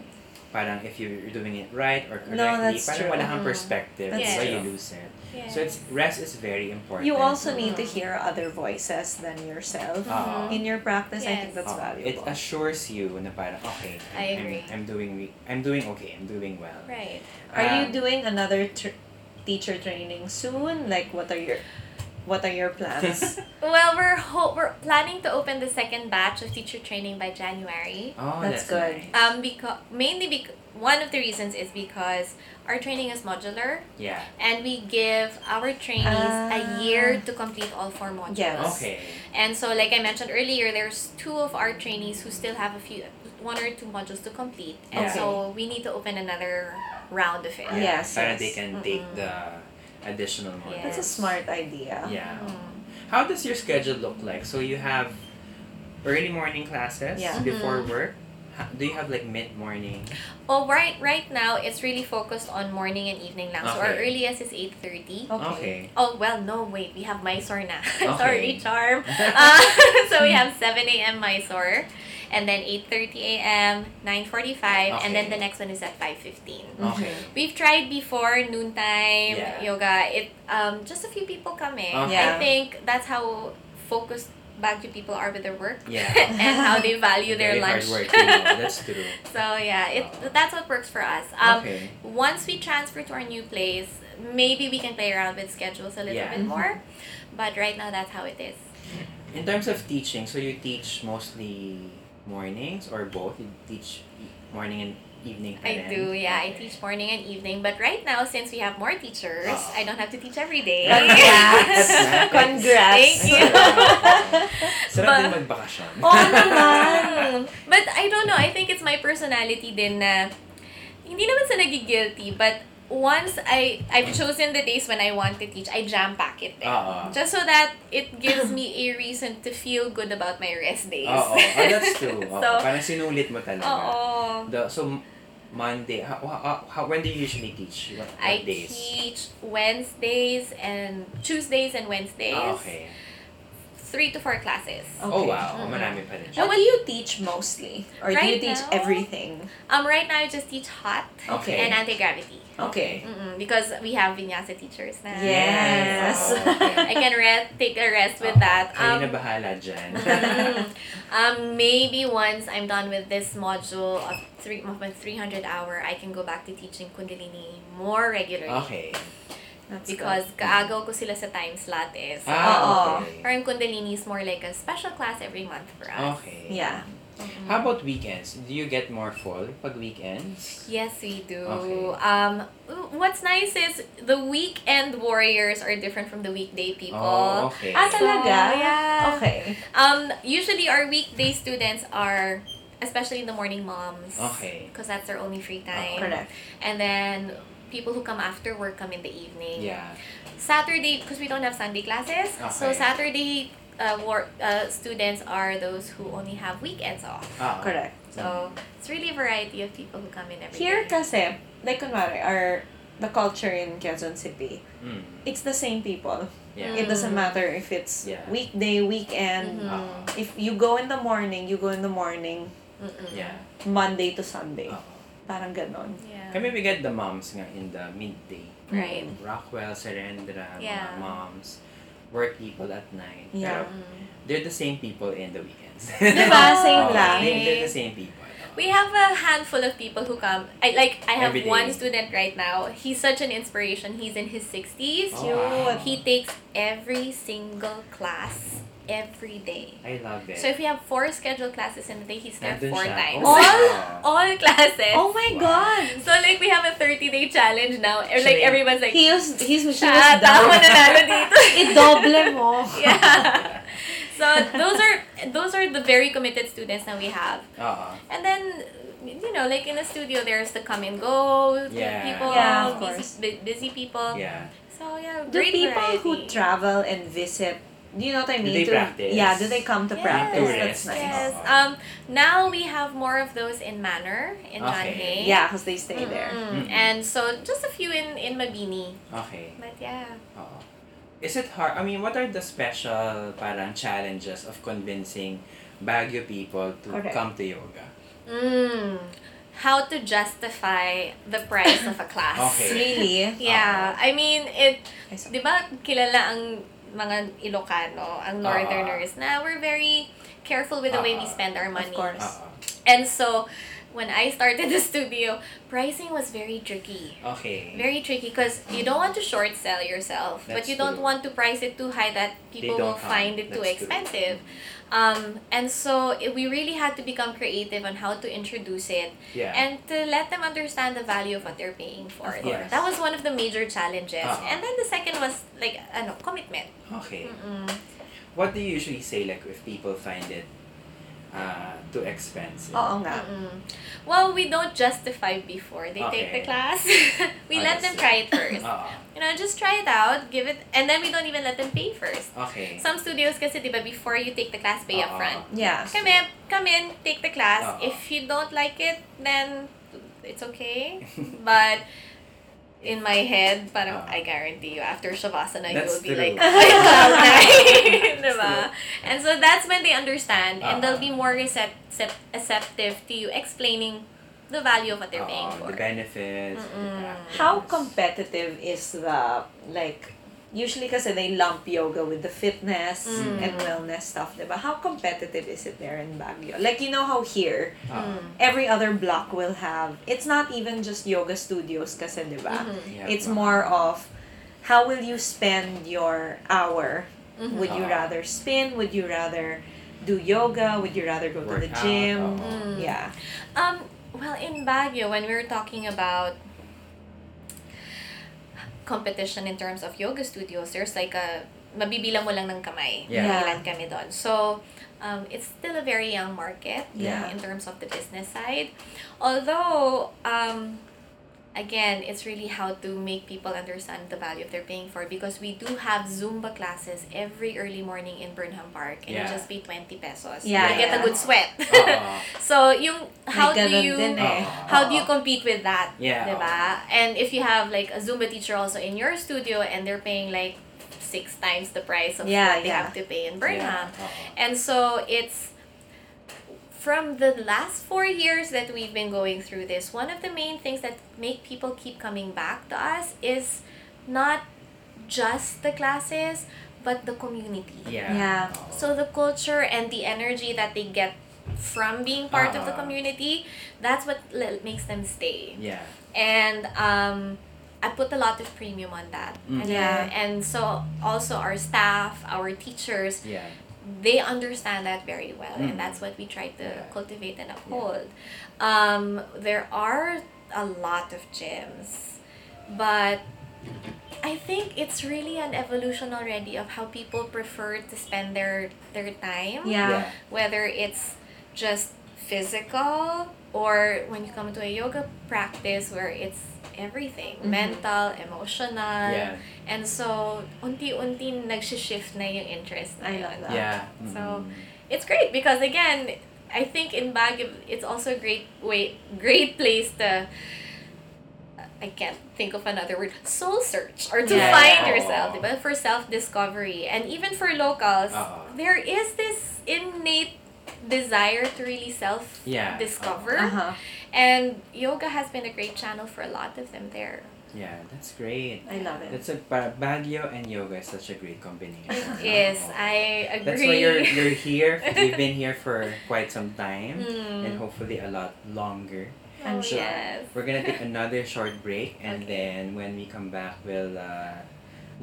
Speaker 2: parang if you're doing it right or correctly,
Speaker 1: that's true.
Speaker 2: parang
Speaker 1: Mm-hmm.
Speaker 2: wala kang
Speaker 3: Mhm.
Speaker 2: perspective.
Speaker 1: That's
Speaker 2: That's why
Speaker 1: true.
Speaker 2: you lose it.
Speaker 3: Yes.
Speaker 2: So it's rest is very important.
Speaker 1: You also need to
Speaker 3: Mhm.
Speaker 1: hear other voices than yourself.
Speaker 2: Ah.
Speaker 1: In your practice, I think
Speaker 3: Yes.
Speaker 1: Mm-hmm. that's
Speaker 2: Ah, It
Speaker 1: valuable.
Speaker 2: assures you na parang, okay, I'm,
Speaker 3: I agree.
Speaker 2: I'm, I'm doing re- I'm doing okay, I'm doing well.
Speaker 3: right.
Speaker 1: Are you
Speaker 2: Um,
Speaker 1: doing another tr- teacher training soon? Like, what are your what are your plans?
Speaker 3: Well, we're ho- we're planning to open the second batch of teacher training by January.
Speaker 2: Oh,
Speaker 1: That's
Speaker 2: that's,
Speaker 1: good. Ah,
Speaker 2: nice.
Speaker 3: Um, because mainly because one of the reasons is because our training is modular
Speaker 2: yeah.
Speaker 3: and we give our trainees
Speaker 1: Ah.
Speaker 3: a year to complete all four modules.
Speaker 1: Yes.
Speaker 2: Okay.
Speaker 3: And so, like I mentioned earlier, there's two of our trainees who still have a few, one or two modules to complete, and
Speaker 1: Okay.
Speaker 3: so we need to open another round of it.
Speaker 2: Yeah.
Speaker 1: Yes,
Speaker 2: Parang
Speaker 1: yes.
Speaker 2: they can take
Speaker 3: Mhm.
Speaker 2: the additional modules.
Speaker 1: That's a smart Mm-hmm. idea.
Speaker 2: Yeah.
Speaker 3: Mm.
Speaker 2: How does your schedule look like? So you have early morning classes
Speaker 1: Yeah. Mm-hmm.
Speaker 2: before
Speaker 3: Mhm.
Speaker 2: work. Ha- Do you have like mid morning?
Speaker 3: Well, right right now it's really focused on morning and evening now. So our
Speaker 2: Okay.
Speaker 3: earliest is eight thirty.
Speaker 1: Okay.
Speaker 3: Oh well, no wait, we have Mysore now.
Speaker 2: Okay.
Speaker 3: Sorry, charm. Uh,
Speaker 1: Ah.
Speaker 3: so we have seven a.m. Mysore, and then eight thirty a.m., nine forty-five, and then
Speaker 2: Okay.
Speaker 3: the next one is at five fifteen.
Speaker 2: okay.
Speaker 3: We've tried before noontime
Speaker 2: Yeah.
Speaker 3: yoga. It um just a few people come in.
Speaker 2: Okay.
Speaker 3: I
Speaker 1: Yeah.
Speaker 3: think that's how focused Baguio people are with their work
Speaker 2: Yeah.
Speaker 3: and how they value their
Speaker 2: Very
Speaker 3: lunch.
Speaker 2: hardworking, yeah, that's true.
Speaker 3: so yeah, it
Speaker 2: Oh.
Speaker 3: that's what works for us. Um,
Speaker 2: okay.
Speaker 3: Once we transfer to our new place, maybe we can play around with schedules a little
Speaker 2: Yeah. Mm-hmm.
Speaker 3: bit more. But right now, that's how it is.
Speaker 2: In terms of teaching, so you teach mostly mornings or both? You teach e- morning and evening pa rin?
Speaker 3: I do, yeah. I
Speaker 2: Okay.
Speaker 3: teach morning and evening, but right now, since we have more teachers,
Speaker 2: Oh.
Speaker 3: I don't have to teach every day.
Speaker 1: Congrats.
Speaker 2: That's nice.
Speaker 1: Congrats.
Speaker 3: Thank you.
Speaker 2: Sarap
Speaker 3: But-
Speaker 2: din magbakasyon.
Speaker 1: Oo naman.
Speaker 3: Oh, but I don't know, I think it's my personality din na hindi naman sa nagigilty, but once I I've chosen the days when I want to teach, I jam pack it there.
Speaker 2: Oo.
Speaker 3: Just so that it gives me a reason to feel good about my rest days.
Speaker 2: Oo, ah, that's true. Oo,
Speaker 3: so,
Speaker 2: parang sinulit mo talaga.
Speaker 3: oo.
Speaker 2: The, so, m- Monday, how, how, how, when do you usually teach? What, what
Speaker 3: I
Speaker 2: days?
Speaker 3: teach Wednesdays and Tuesdays and Wednesdays.
Speaker 2: Ah, okay.
Speaker 3: Three to four classes.
Speaker 2: Oh,
Speaker 1: Okay. Mm-hmm.
Speaker 2: wow.
Speaker 3: Mm-mm.
Speaker 2: Marami pa rin siya.
Speaker 1: What do you teach mostly? Or do you
Speaker 3: Right
Speaker 1: teach
Speaker 3: now?
Speaker 1: everything?
Speaker 3: Um, right now I just teach hot
Speaker 2: Okay.
Speaker 3: and anti gravity.
Speaker 1: Okay.
Speaker 3: Mm-mm, because we have vinyasa teachers now.
Speaker 1: Yes.
Speaker 3: So, Oh, I can rest, take a rest with
Speaker 2: Oo,
Speaker 3: that.
Speaker 2: Kayo na
Speaker 3: Um,
Speaker 2: bahala dyan.
Speaker 3: mm, um, maybe once I'm done with this module of three of my three hundred hour, I can go back to teaching Kundalini more regularly.
Speaker 2: okay.
Speaker 1: That's
Speaker 3: Because kaagaw ko sila sa time slot is.
Speaker 2: Ah,
Speaker 1: Oo.
Speaker 2: okay.
Speaker 3: Parang Kundalini is more like a special class every month for us. Mm-hmm.
Speaker 2: Okay.
Speaker 1: good. Yeah.
Speaker 2: How about weekends? Do you get more full pag weekends?
Speaker 3: Yes, we do.
Speaker 2: Okay.
Speaker 3: Um, what's nice is the weekend warriors are different from the weekday people.
Speaker 2: Oh, okay.
Speaker 1: Ah,
Speaker 3: So,
Speaker 1: talaga?
Speaker 3: yeah.
Speaker 1: Okay.
Speaker 3: Um, usually our weekday students are, especially the morning moms.
Speaker 2: Okay. Uh-huh.
Speaker 3: Because that's their only free time.
Speaker 1: Correct.
Speaker 3: And then people who come after work come in the evening.
Speaker 2: Yeah.
Speaker 3: Saturday, because we don't have Sunday classes, so
Speaker 2: Okay.
Speaker 3: Saturday uh, work uh, students are those who only have weekends off.
Speaker 2: Ah,
Speaker 1: Correct.
Speaker 3: So
Speaker 2: Mm-hmm.
Speaker 3: it's really a variety of people who come in every
Speaker 1: Here
Speaker 3: day.
Speaker 1: kasi, like kunwari, our, the culture in Quezon City,
Speaker 2: Mm,
Speaker 1: it's the same people.
Speaker 2: yeah.
Speaker 3: mm.
Speaker 1: It doesn't matter if it's
Speaker 2: Yeah.
Speaker 1: weekday, weekend.
Speaker 3: Mhm.
Speaker 2: Ah,
Speaker 1: If you go in the morning, you go in the morning,
Speaker 3: Mm-mm.
Speaker 2: yeah.
Speaker 1: Monday to Sunday.
Speaker 2: Ah.
Speaker 1: Parang ganon.
Speaker 3: Yeah.
Speaker 2: Kami we get the moms nga in the midday.
Speaker 3: Right.
Speaker 2: Rockwell, Serendra,
Speaker 3: Yeah.
Speaker 2: mga moms, work people at night.
Speaker 1: Yeah.
Speaker 2: Pero
Speaker 3: Mm.
Speaker 2: they're the same people in the weekends.
Speaker 1: Diba? Same
Speaker 2: Oo,
Speaker 1: lang.
Speaker 2: They, they're the same people.
Speaker 3: We have a handful of people who come. I like I have
Speaker 2: Every day.
Speaker 3: one student right now. He's such an inspiration. He's in his 60s.
Speaker 2: Oh, wow.
Speaker 3: He takes every single class every day.
Speaker 2: I love it.
Speaker 3: So if we have four scheduled classes in a day, he's there
Speaker 2: Nandun
Speaker 3: four
Speaker 2: siya.
Speaker 3: times.
Speaker 2: Oh,
Speaker 1: All?
Speaker 2: wow.
Speaker 3: All classes.
Speaker 1: Oh my
Speaker 2: Wow.
Speaker 1: God!
Speaker 3: So like we have a 30 day challenge now. And like
Speaker 2: Siya na yun.
Speaker 3: everyone's like,
Speaker 1: He was, he's, she
Speaker 3: "Siya
Speaker 1: was
Speaker 3: ata ako
Speaker 1: down.
Speaker 3: nanalo dito."
Speaker 1: I-double mo.
Speaker 3: Oh, yeah. So those are those are the very committed students that we have.
Speaker 2: Oo.
Speaker 3: And then, you know, like in the studio, there's the come and go
Speaker 2: Yeah.
Speaker 3: people,
Speaker 1: Yeah, of course.
Speaker 3: busy, bu- busy people.
Speaker 2: Yeah.
Speaker 3: So yeah,
Speaker 1: Do
Speaker 3: great
Speaker 1: people who
Speaker 3: variety.
Speaker 1: travel and visit, do you know what I
Speaker 2: Do
Speaker 1: mean?
Speaker 2: they practice?
Speaker 1: Yeah, do they come to
Speaker 3: Yes.
Speaker 1: practice?
Speaker 2: Tourists.
Speaker 1: That's nice.
Speaker 3: Yes.
Speaker 2: Uh-huh.
Speaker 3: Um, now we have more of those in Manor in John
Speaker 2: Okay.
Speaker 3: Hay.
Speaker 1: Yeah, because they stay
Speaker 3: Mm,
Speaker 1: there.
Speaker 3: mm.
Speaker 2: Mhm.
Speaker 3: And so just a few in in Mabini.
Speaker 2: Okay.
Speaker 3: But yeah.
Speaker 2: Oo. Is it hard? I mean, what are the special parang challenges of convincing Baguio people to
Speaker 1: Correct.
Speaker 2: come to yoga?
Speaker 3: Mm. How to justify the price of a class?
Speaker 2: Okay.
Speaker 1: Really?
Speaker 3: Yeah, I mean it
Speaker 1: I saw.
Speaker 3: Di ba kilala ang mga Ilocano, ang Northerners, na we're very careful with the way we
Speaker 2: Ah,
Speaker 3: spend our
Speaker 1: Of
Speaker 3: money.
Speaker 1: course.
Speaker 2: Oo.
Speaker 3: And so, when I started the studio, pricing was very tricky.
Speaker 2: Okay.
Speaker 3: Very tricky because you don't want to short sell yourself, but
Speaker 2: That's
Speaker 3: you don't
Speaker 2: true.
Speaker 3: want to price it too high that people
Speaker 2: don't
Speaker 3: will
Speaker 2: come.
Speaker 3: find it too
Speaker 2: That's true.
Speaker 3: expensive. Um, and so it, we really had to become creative on how to introduce it
Speaker 2: yeah.
Speaker 3: and to let them understand the value of what they're paying for.
Speaker 2: Of course.
Speaker 3: That was one of the major challenges.
Speaker 2: Uh-huh.
Speaker 3: And then the second was like ano, commitment.
Speaker 2: okay.
Speaker 3: Mm-mm.
Speaker 2: What do you usually say like if people find it uh, too expensive?
Speaker 1: Oo nga.
Speaker 3: Mm-mm. Well, we don't justify before they take
Speaker 2: Okay.
Speaker 3: the class. we
Speaker 2: Oh,
Speaker 3: let
Speaker 2: that's
Speaker 3: them
Speaker 2: it.
Speaker 3: try it first.
Speaker 2: Oo.
Speaker 3: You know, just try it out, give it, and then we don't even let them pay first.
Speaker 2: Okay.
Speaker 3: Some studios kasi, di ba, before you take the class,
Speaker 2: Oo.
Speaker 3: pay up front.
Speaker 1: Yeah.
Speaker 3: Come in, come in, take the class.
Speaker 2: Oo.
Speaker 3: If you don't like it, then it's okay. But in my head, parang
Speaker 2: Oo.
Speaker 3: I guarantee you, after Shavasana, you
Speaker 2: That's
Speaker 3: will be
Speaker 2: true.
Speaker 3: like, "Ay, Shavasana." diba? And so that's when they understand and they'll
Speaker 2: Oo.
Speaker 3: be more recept- sep- receptive to you explaining the value of what they're
Speaker 2: Oo,
Speaker 3: paying for.
Speaker 2: The benefits. the
Speaker 3: Mm-mm.
Speaker 2: practice.
Speaker 1: How competitive is the, like, usually kasi they lump yoga with the fitness
Speaker 3: Mm.
Speaker 1: and wellness stuff, diba? How competitive is it there in Baguio? Like, you know how here,
Speaker 2: Ah,
Speaker 1: every other block will have, it's not even just yoga studios kasi, diba?
Speaker 2: yeah,
Speaker 1: It's
Speaker 2: wow.
Speaker 1: more of how will you spend your hour?
Speaker 3: Mhm.
Speaker 1: Would you
Speaker 2: Ah.
Speaker 1: rather spin? Would you rather do yoga? Would you rather go to the
Speaker 2: Workout,
Speaker 1: gym?
Speaker 2: oo.
Speaker 1: ah,
Speaker 3: Mm.
Speaker 1: Yeah.
Speaker 3: Um, well, in Baguio, when we were talking about competition in terms of yoga studios, there's like a mabibilang mo lang ng kamay.
Speaker 2: Yeah.
Speaker 1: Yeah.
Speaker 3: Ilan kami doon. So, um, it's still a very young market
Speaker 1: Yeah.
Speaker 3: in terms of the business side. Although, um, again, it's really how to make people understand the value they're paying for because we do have Zumba classes every early morning in Burnham Park and you
Speaker 2: Yeah.
Speaker 3: just pay 20 pesos.
Speaker 1: Yeah,
Speaker 3: You get a
Speaker 1: yeah.
Speaker 3: good sweat.
Speaker 2: Ah,
Speaker 3: So, yung how do
Speaker 1: ganun
Speaker 3: you
Speaker 1: din eh.
Speaker 2: Oo.
Speaker 3: how do you compete with that?
Speaker 2: Yeah.
Speaker 3: Diba? And if you have like a Zumba teacher also in your studio and they're paying like six times the price of
Speaker 1: Yeah,
Speaker 3: what they
Speaker 1: yeah.
Speaker 3: have to pay in
Speaker 2: ah,
Speaker 3: Burnham.
Speaker 2: yeah,
Speaker 3: And so it's from the last four years that we've been going through this, one of the main things that make people keep coming back to us is not just the classes, but the community.
Speaker 2: ah, yeah.
Speaker 1: Yeah.
Speaker 2: ah.
Speaker 3: So the culture and the energy that they get from being part of the
Speaker 2: Ah.
Speaker 3: community, that's what l- makes them stay.
Speaker 2: yeah.
Speaker 3: And um, I put a lot of premium on that.
Speaker 2: Mm.
Speaker 3: And,
Speaker 1: Yeah.
Speaker 3: and so also our staff, our teachers,
Speaker 2: Yeah.
Speaker 3: they understand that very well,
Speaker 2: Mm.
Speaker 3: and that's what we try to
Speaker 2: Yeah.
Speaker 3: cultivate and uphold. Um, there are a lot of gyms, but I think it's really an evolution already of how people prefer to spend their their time
Speaker 1: Yeah.
Speaker 2: Yeah.
Speaker 3: whether it's just physical or when you come to a yoga practice where it's everything
Speaker 1: Mhm.
Speaker 3: mental emotional
Speaker 2: Yeah.
Speaker 3: and so unti-unti nagsishift na yung interest na
Speaker 1: I
Speaker 3: yun.
Speaker 1: love that.
Speaker 2: Yeah.
Speaker 3: So-
Speaker 2: Mm.
Speaker 3: it's great because again I think in Baguio it's also a great way great place to I can't think of another word soul search or to
Speaker 1: Yeah.
Speaker 3: find
Speaker 2: Oh.
Speaker 3: yourself but for self discovery and even for locals
Speaker 2: Uh-uh.
Speaker 3: there is this innate desire to really self
Speaker 2: Yeah.
Speaker 3: discover
Speaker 1: Uh-huh.
Speaker 3: and yoga has been a great channel for a lot of them there
Speaker 2: Yeah, that's great.
Speaker 1: I love it.
Speaker 2: That's a ba- Baguio and yoga is such a great combination.
Speaker 3: yes
Speaker 2: Oo.
Speaker 3: I agree
Speaker 2: That's why you're you're here. You've been here for quite some time
Speaker 3: Mm.
Speaker 2: and hopefully a lot longer.
Speaker 1: I'm
Speaker 3: Oh,
Speaker 1: sure.
Speaker 3: yes
Speaker 2: We're gonna take another short break and then when we come back we'll uh,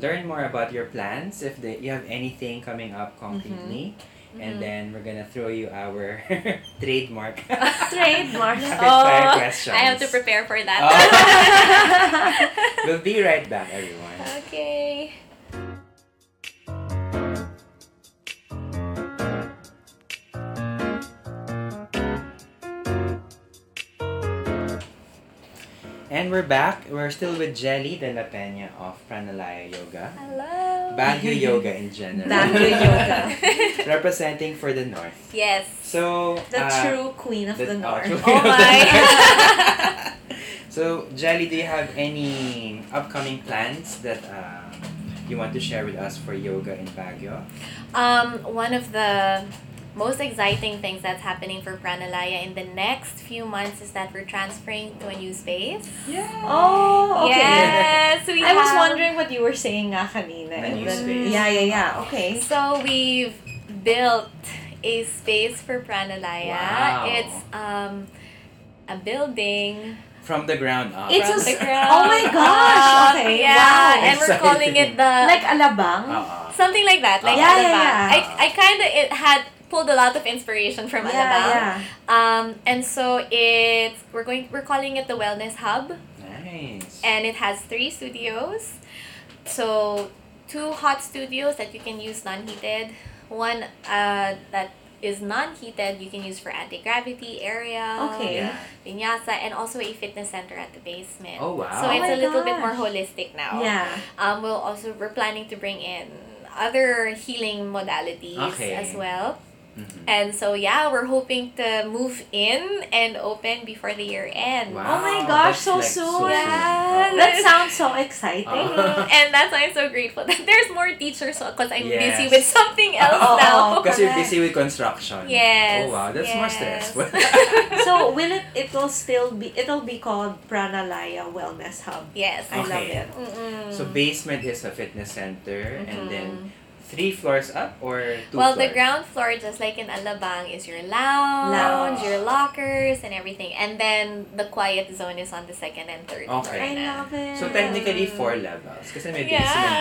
Speaker 2: learn more about your plans if the, you have anything coming up concretely.
Speaker 3: Mm-hmm.
Speaker 2: And then we're gonna throw you our trademark
Speaker 1: Trademark.
Speaker 2: rapid
Speaker 3: Oh,
Speaker 2: fire questions.
Speaker 3: I have to prepare for that
Speaker 2: We'll be right back, everyone.
Speaker 3: okay.
Speaker 2: And we're back. We're still with Jelly De La Peña of Pranalaya Yoga.
Speaker 3: Hello.
Speaker 2: Baguio Yoga in general.
Speaker 1: Baguio Yoga.
Speaker 2: Representing for the North.
Speaker 3: yes.
Speaker 2: So,
Speaker 1: The
Speaker 2: uh,
Speaker 1: true queen of the,
Speaker 2: the-
Speaker 1: north.
Speaker 2: oh,
Speaker 3: Oh my.
Speaker 2: so Jelly, do you have any upcoming plans that um, you want to share with us for yoga in Baguio?
Speaker 3: um, one of the most exciting things that's happening for Pranalaya in the next few months is that we're transferring to a new space.
Speaker 2: Yeah.
Speaker 1: Oh, okay.
Speaker 3: Yes, we
Speaker 1: I was
Speaker 3: have-
Speaker 1: wondering what you were saying nga kanina.
Speaker 2: The
Speaker 1: and
Speaker 2: new
Speaker 1: then-
Speaker 2: space.
Speaker 1: Yeah, yeah, yeah. Okay.
Speaker 3: So we've built a space for Pranalaya.
Speaker 2: Wow.
Speaker 3: It's um, a building.
Speaker 2: From the ground up.
Speaker 1: It's
Speaker 3: from
Speaker 1: a
Speaker 3: the
Speaker 1: s-
Speaker 3: ground
Speaker 1: oh my gosh,
Speaker 3: up.
Speaker 1: okay,
Speaker 3: Yeah,
Speaker 1: wow.
Speaker 3: and we're calling it the
Speaker 1: Like alabang.
Speaker 2: Uh-uh.
Speaker 3: Something like that, like
Speaker 1: Yeah,
Speaker 3: Alabang.
Speaker 1: yeah,
Speaker 2: yeah.
Speaker 3: I, I kind of it had pulled a lot of inspiration from Alabang.
Speaker 1: yeah, yeah.
Speaker 3: Um, and so it's we're going we're calling it the Wellness Hub,
Speaker 2: Nice.
Speaker 3: and it has three studios. So two hot studios that you can use non-heated, one uh, that is non-heated you can use for anti-gravity area
Speaker 1: Okay.
Speaker 2: yeah.
Speaker 3: vinyasa and also a fitness center at the basement
Speaker 2: Oh wow.
Speaker 3: so
Speaker 1: Oh
Speaker 3: it's
Speaker 1: my
Speaker 3: a little bit more
Speaker 1: gosh.
Speaker 3: holistic now
Speaker 1: Yeah.
Speaker 3: um, we'll also we're planning to bring in other healing modalities
Speaker 2: Okay.
Speaker 3: as well.
Speaker 2: Mhm.
Speaker 3: And so yeah, we're hoping to move in and open before the year end.
Speaker 1: Oh my gosh,
Speaker 2: that's,
Speaker 1: so soon.
Speaker 3: Yeah,
Speaker 2: Oh.
Speaker 1: That sounds so exciting.
Speaker 2: Uh-huh.
Speaker 3: Mhm. and that's why I'm so grateful that there's more teachers because I'm
Speaker 2: Yes.
Speaker 3: busy with something else
Speaker 1: Oh,
Speaker 3: now.
Speaker 2: Because you're
Speaker 1: Correct.
Speaker 2: busy with construction.
Speaker 3: Yes.
Speaker 2: Oh wow, that's more
Speaker 3: yes.
Speaker 2: stressful.
Speaker 1: so will it it'll still be it'll be called Pranalaya Wellness Hub.
Speaker 3: yes.
Speaker 1: I love it.
Speaker 2: Okay.
Speaker 3: Mm-mm.
Speaker 2: so basement is a fitness center, and then three floors up or two
Speaker 3: Mm-hmm.
Speaker 2: floors.
Speaker 3: well, the ground floor, just like in Alabang, is your lounge,
Speaker 1: Lounge.
Speaker 3: your lockers, and everything. And then the quiet zone is on the second and third floor.
Speaker 1: I
Speaker 2: Okay.
Speaker 3: na.
Speaker 1: love it.
Speaker 2: So technically four levels kasi may
Speaker 3: Yeah.
Speaker 2: basement.
Speaker 1: Ang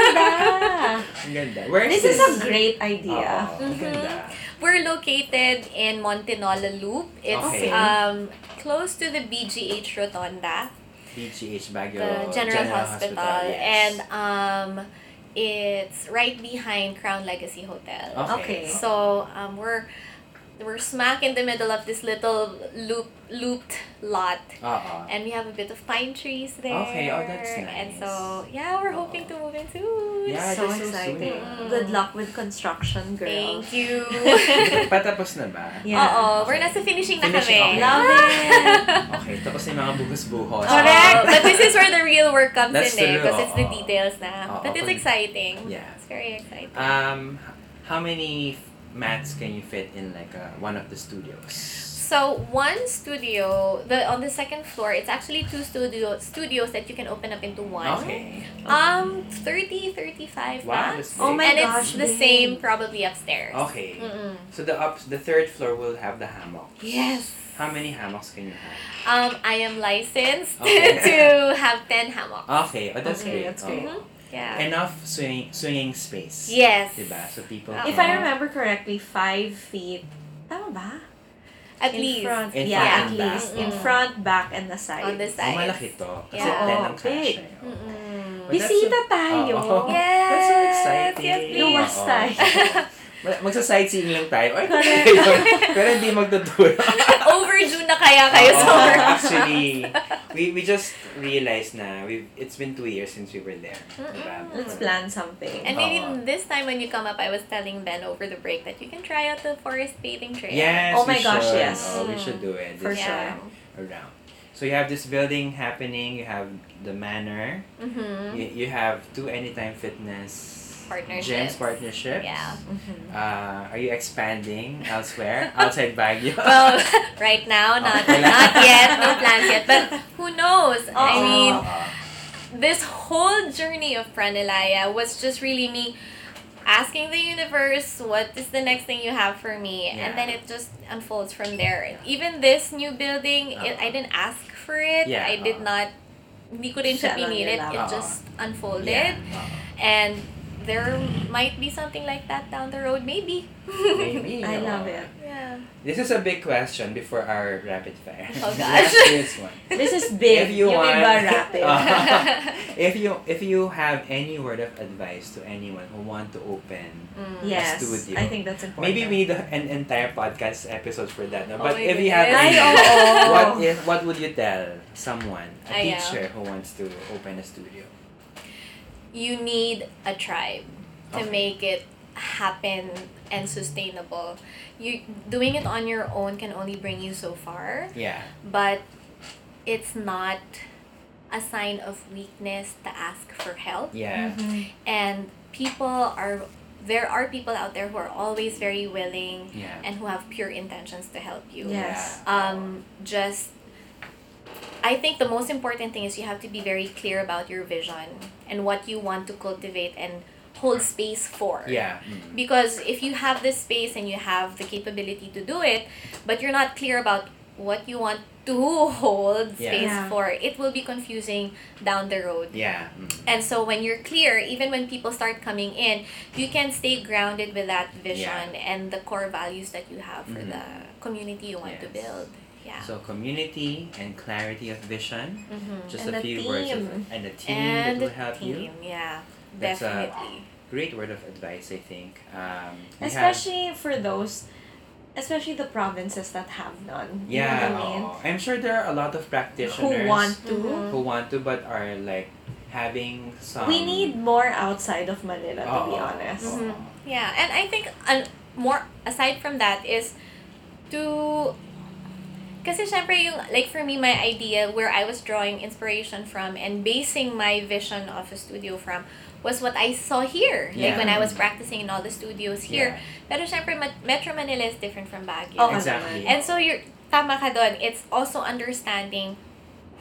Speaker 2: Yeah.
Speaker 1: ganda.
Speaker 2: Ang ganda. Where
Speaker 1: this is a great idea.
Speaker 2: Oo, ang
Speaker 3: Mhm.
Speaker 2: ganda.
Speaker 3: We're located in Montenola Loop. It's
Speaker 2: Okay.
Speaker 3: um close to the BGH Rotonda,
Speaker 2: BGH Baguio
Speaker 3: the General, Hospital,
Speaker 2: yes.
Speaker 3: and um it's right behind Crown Legacy Hotel.
Speaker 2: Okay.
Speaker 1: Okay.
Speaker 3: So um, we're we're smack in the middle of this little loop looped lot,
Speaker 2: Oo.
Speaker 3: and we have a bit of pine trees there.
Speaker 2: Okay, oh, that's
Speaker 3: And
Speaker 2: nice.
Speaker 3: so yeah, we're hoping to move in soon.
Speaker 2: Yeah,
Speaker 1: so
Speaker 2: that's so Mm.
Speaker 1: exciting.
Speaker 2: soon.
Speaker 1: Good luck with construction, girl.
Speaker 3: Thank you.
Speaker 2: Patapos na ba?
Speaker 1: Yeah.
Speaker 3: Oo, we're nasa finishing na
Speaker 2: Finishing, okay.
Speaker 3: kami.
Speaker 1: Love it.
Speaker 2: Okay, tapos na yung mga buhos-buhos.
Speaker 3: Oo,
Speaker 1: Correct.
Speaker 3: but this is where the real work comes
Speaker 2: That's
Speaker 3: in
Speaker 2: true,
Speaker 3: eh, because it's the
Speaker 2: oo.
Speaker 3: details na.
Speaker 2: Oo,
Speaker 3: but it's
Speaker 2: pag-
Speaker 3: exciting.
Speaker 2: Yeah.
Speaker 3: It's very exciting.
Speaker 2: Um, h- how many f- mats can you fit in like uh, one of the studios?
Speaker 3: So one studio, the on the second floor, it's actually two studio studios that you can open up into one.
Speaker 2: Okay.
Speaker 3: Um, 30, 35
Speaker 2: Wow,
Speaker 3: max.
Speaker 2: that's
Speaker 1: Oh my
Speaker 3: and
Speaker 1: gosh,
Speaker 3: it's the
Speaker 1: babe.
Speaker 3: same probably upstairs.
Speaker 2: Okay.
Speaker 3: Mm-mm.
Speaker 2: So the up the third floor will have the hammock.
Speaker 3: Yes.
Speaker 2: How many hammocks can you have?
Speaker 3: Um, I am licensed
Speaker 2: Okay.
Speaker 3: to have 10 hammocks.
Speaker 2: Okay, oh, that's
Speaker 1: Okay,
Speaker 2: great.
Speaker 1: that's great.
Speaker 2: Oh.
Speaker 3: Yeah.
Speaker 2: Enough swing, swinging space.
Speaker 3: yes.
Speaker 2: Diba? So people.
Speaker 3: Uh-oh.
Speaker 1: If I remember correctly, five feet. Tama ba?
Speaker 3: At
Speaker 1: in
Speaker 3: least.
Speaker 1: Front.
Speaker 2: In
Speaker 1: yeah,
Speaker 2: front
Speaker 1: at
Speaker 2: and back.
Speaker 1: least. In
Speaker 3: Mm-mm.
Speaker 1: front, back, and the side.
Speaker 3: On the
Speaker 2: Oh,
Speaker 3: side.
Speaker 2: malaki to. Kasi
Speaker 3: Yeah.
Speaker 2: 10 ang
Speaker 1: Oo,
Speaker 2: cash
Speaker 1: big.
Speaker 2: eh. Oh.
Speaker 3: Mm-mm.
Speaker 2: But that's
Speaker 1: Bisita
Speaker 2: so- Oh.
Speaker 1: tayo.
Speaker 2: Oo.
Speaker 3: Yes.
Speaker 2: That's so exciting.
Speaker 3: Yes, please.
Speaker 1: Luwas
Speaker 2: Oo.
Speaker 1: tayo.
Speaker 2: Ma- Magsa-sightseeing lang tayo. Ay,
Speaker 1: Correct.
Speaker 2: yun. Pero hindi magtuturo.
Speaker 3: Overdue na kaya kayo
Speaker 2: Oo,
Speaker 3: sa work.
Speaker 2: actually, we, we just realized na we've, it's been two years since we were there. Diba?
Speaker 1: Let's plan something.
Speaker 3: And maybe
Speaker 2: Oo.
Speaker 3: this time when you come up, I was telling Ben over the break that you can try out the forest bathing trail.
Speaker 2: Yes,
Speaker 1: Oh my
Speaker 2: we
Speaker 1: gosh,
Speaker 2: should.
Speaker 1: yes.
Speaker 2: Oh, we should do it.
Speaker 1: For
Speaker 2: this
Speaker 3: yeah.
Speaker 2: time Around. So you have this building happening. You have the manor.
Speaker 3: Mm-hmm.
Speaker 2: You, you have two anytime fitness gyms
Speaker 3: Partnerships.
Speaker 2: partnerships.
Speaker 3: Yeah.
Speaker 1: Mhm.
Speaker 2: Uh, are you expanding elsewhere outside Baguio?
Speaker 3: Well, right now, not
Speaker 2: Okay.
Speaker 3: not yet, no plans yet. But who knows? I
Speaker 1: Oo.
Speaker 3: mean,
Speaker 2: Uh-uh.
Speaker 3: this whole journey of Pranalaya was just really me asking the universe, what is the next thing you have for me?
Speaker 2: Yeah.
Speaker 3: And then it just unfolds from there. Even this new building, it, I didn't ask for it.
Speaker 2: Uh-huh. Yeah,
Speaker 3: I did
Speaker 2: uh-uh.
Speaker 3: not, hindi ko rin siya
Speaker 1: Siya lang
Speaker 3: pinilit.
Speaker 1: yung
Speaker 3: It
Speaker 2: laban.
Speaker 3: just unfolded.
Speaker 2: Yeah, uh-uh.
Speaker 3: And there might be something like that down the road, maybe.
Speaker 2: Maybe,
Speaker 1: I
Speaker 2: uh,
Speaker 1: love it.
Speaker 3: yeah.
Speaker 2: This is a big question before our rapid fire.
Speaker 3: Oh,
Speaker 2: Let's
Speaker 3: gosh.
Speaker 2: do this one.
Speaker 1: This is big.
Speaker 2: If you
Speaker 1: Yung
Speaker 2: want-
Speaker 1: iba rapid.
Speaker 2: Uh-huh. If you if you have any word of advice to anyone who want to open,
Speaker 3: Mm.
Speaker 1: yes.
Speaker 2: Let's do it,
Speaker 1: I
Speaker 2: yo.
Speaker 1: think that's important.
Speaker 2: maybe we need a- an entire podcast episode for that. No?
Speaker 3: Oh
Speaker 2: But
Speaker 3: my
Speaker 2: if you have
Speaker 3: goodness.
Speaker 2: any,
Speaker 1: Ay, oo.
Speaker 2: what if what would you tell someone, a
Speaker 3: Ay, yeah.
Speaker 2: teacher who wants to open a studio?
Speaker 3: you need a tribe to
Speaker 2: Okay.
Speaker 3: make it happen and sustainable. You doing it on your own can only bring you so far,
Speaker 2: Yeah.
Speaker 3: but it's not a sign of weakness to ask for help.
Speaker 2: Yeah.
Speaker 1: Mhm.
Speaker 3: And people are there are people out there who are always very willing
Speaker 2: Yeah.
Speaker 3: and who have pure intentions to help you
Speaker 1: Yes.
Speaker 3: um just i think the most important thing is you have to be very clear about your vision and what you want to cultivate and hold space for
Speaker 2: Yeah. Mm.
Speaker 3: because if you have this space and you have the capability to do it but you're not clear about what you want to hold
Speaker 2: Yeah.
Speaker 3: space
Speaker 1: Yeah.
Speaker 3: for it will be confusing down the road
Speaker 2: Yeah. Mm.
Speaker 3: and so when you're clear, even when people start coming in, you can stay grounded with that vision and the core values that you have for
Speaker 2: Mhm.
Speaker 3: the community you want to
Speaker 2: Yes.
Speaker 3: build. Yeah.
Speaker 2: So community and clarity of vision.
Speaker 3: Mhm.
Speaker 2: Just
Speaker 1: And a
Speaker 2: a few words of,
Speaker 1: team.
Speaker 2: and a team
Speaker 3: And
Speaker 2: that
Speaker 3: the
Speaker 2: will help you.
Speaker 3: team, yeah,
Speaker 2: That's uh, a-
Speaker 3: definitely.
Speaker 2: Great word of advice, I think. Um, we have-
Speaker 1: Especially for those, especially the provinces that have none.
Speaker 2: Yeah, oh,
Speaker 1: You know what I mean?
Speaker 2: oo. I'm sure there are a lot of practitioners
Speaker 1: Who want to.
Speaker 3: Mhm.
Speaker 2: who want to but are like having some. Oh,
Speaker 1: we need more outside of Manila, to be
Speaker 2: Oo.
Speaker 1: honest.
Speaker 2: Oo.
Speaker 3: Mhm. Yeah, and I think an more aside from that is to kasi syempre yung like for me my idea where I was drawing inspiration from and basing my vision of a studio from was what I saw here like
Speaker 2: Yeah.
Speaker 3: when I was practicing in all the studios
Speaker 2: Yeah.
Speaker 3: here
Speaker 2: Oh,
Speaker 3: pero syempre Ma- Metro Manila is different from Baguio
Speaker 1: Oo
Speaker 2: Exactly.
Speaker 1: naman.
Speaker 3: and so you're tama ka doon it's also understanding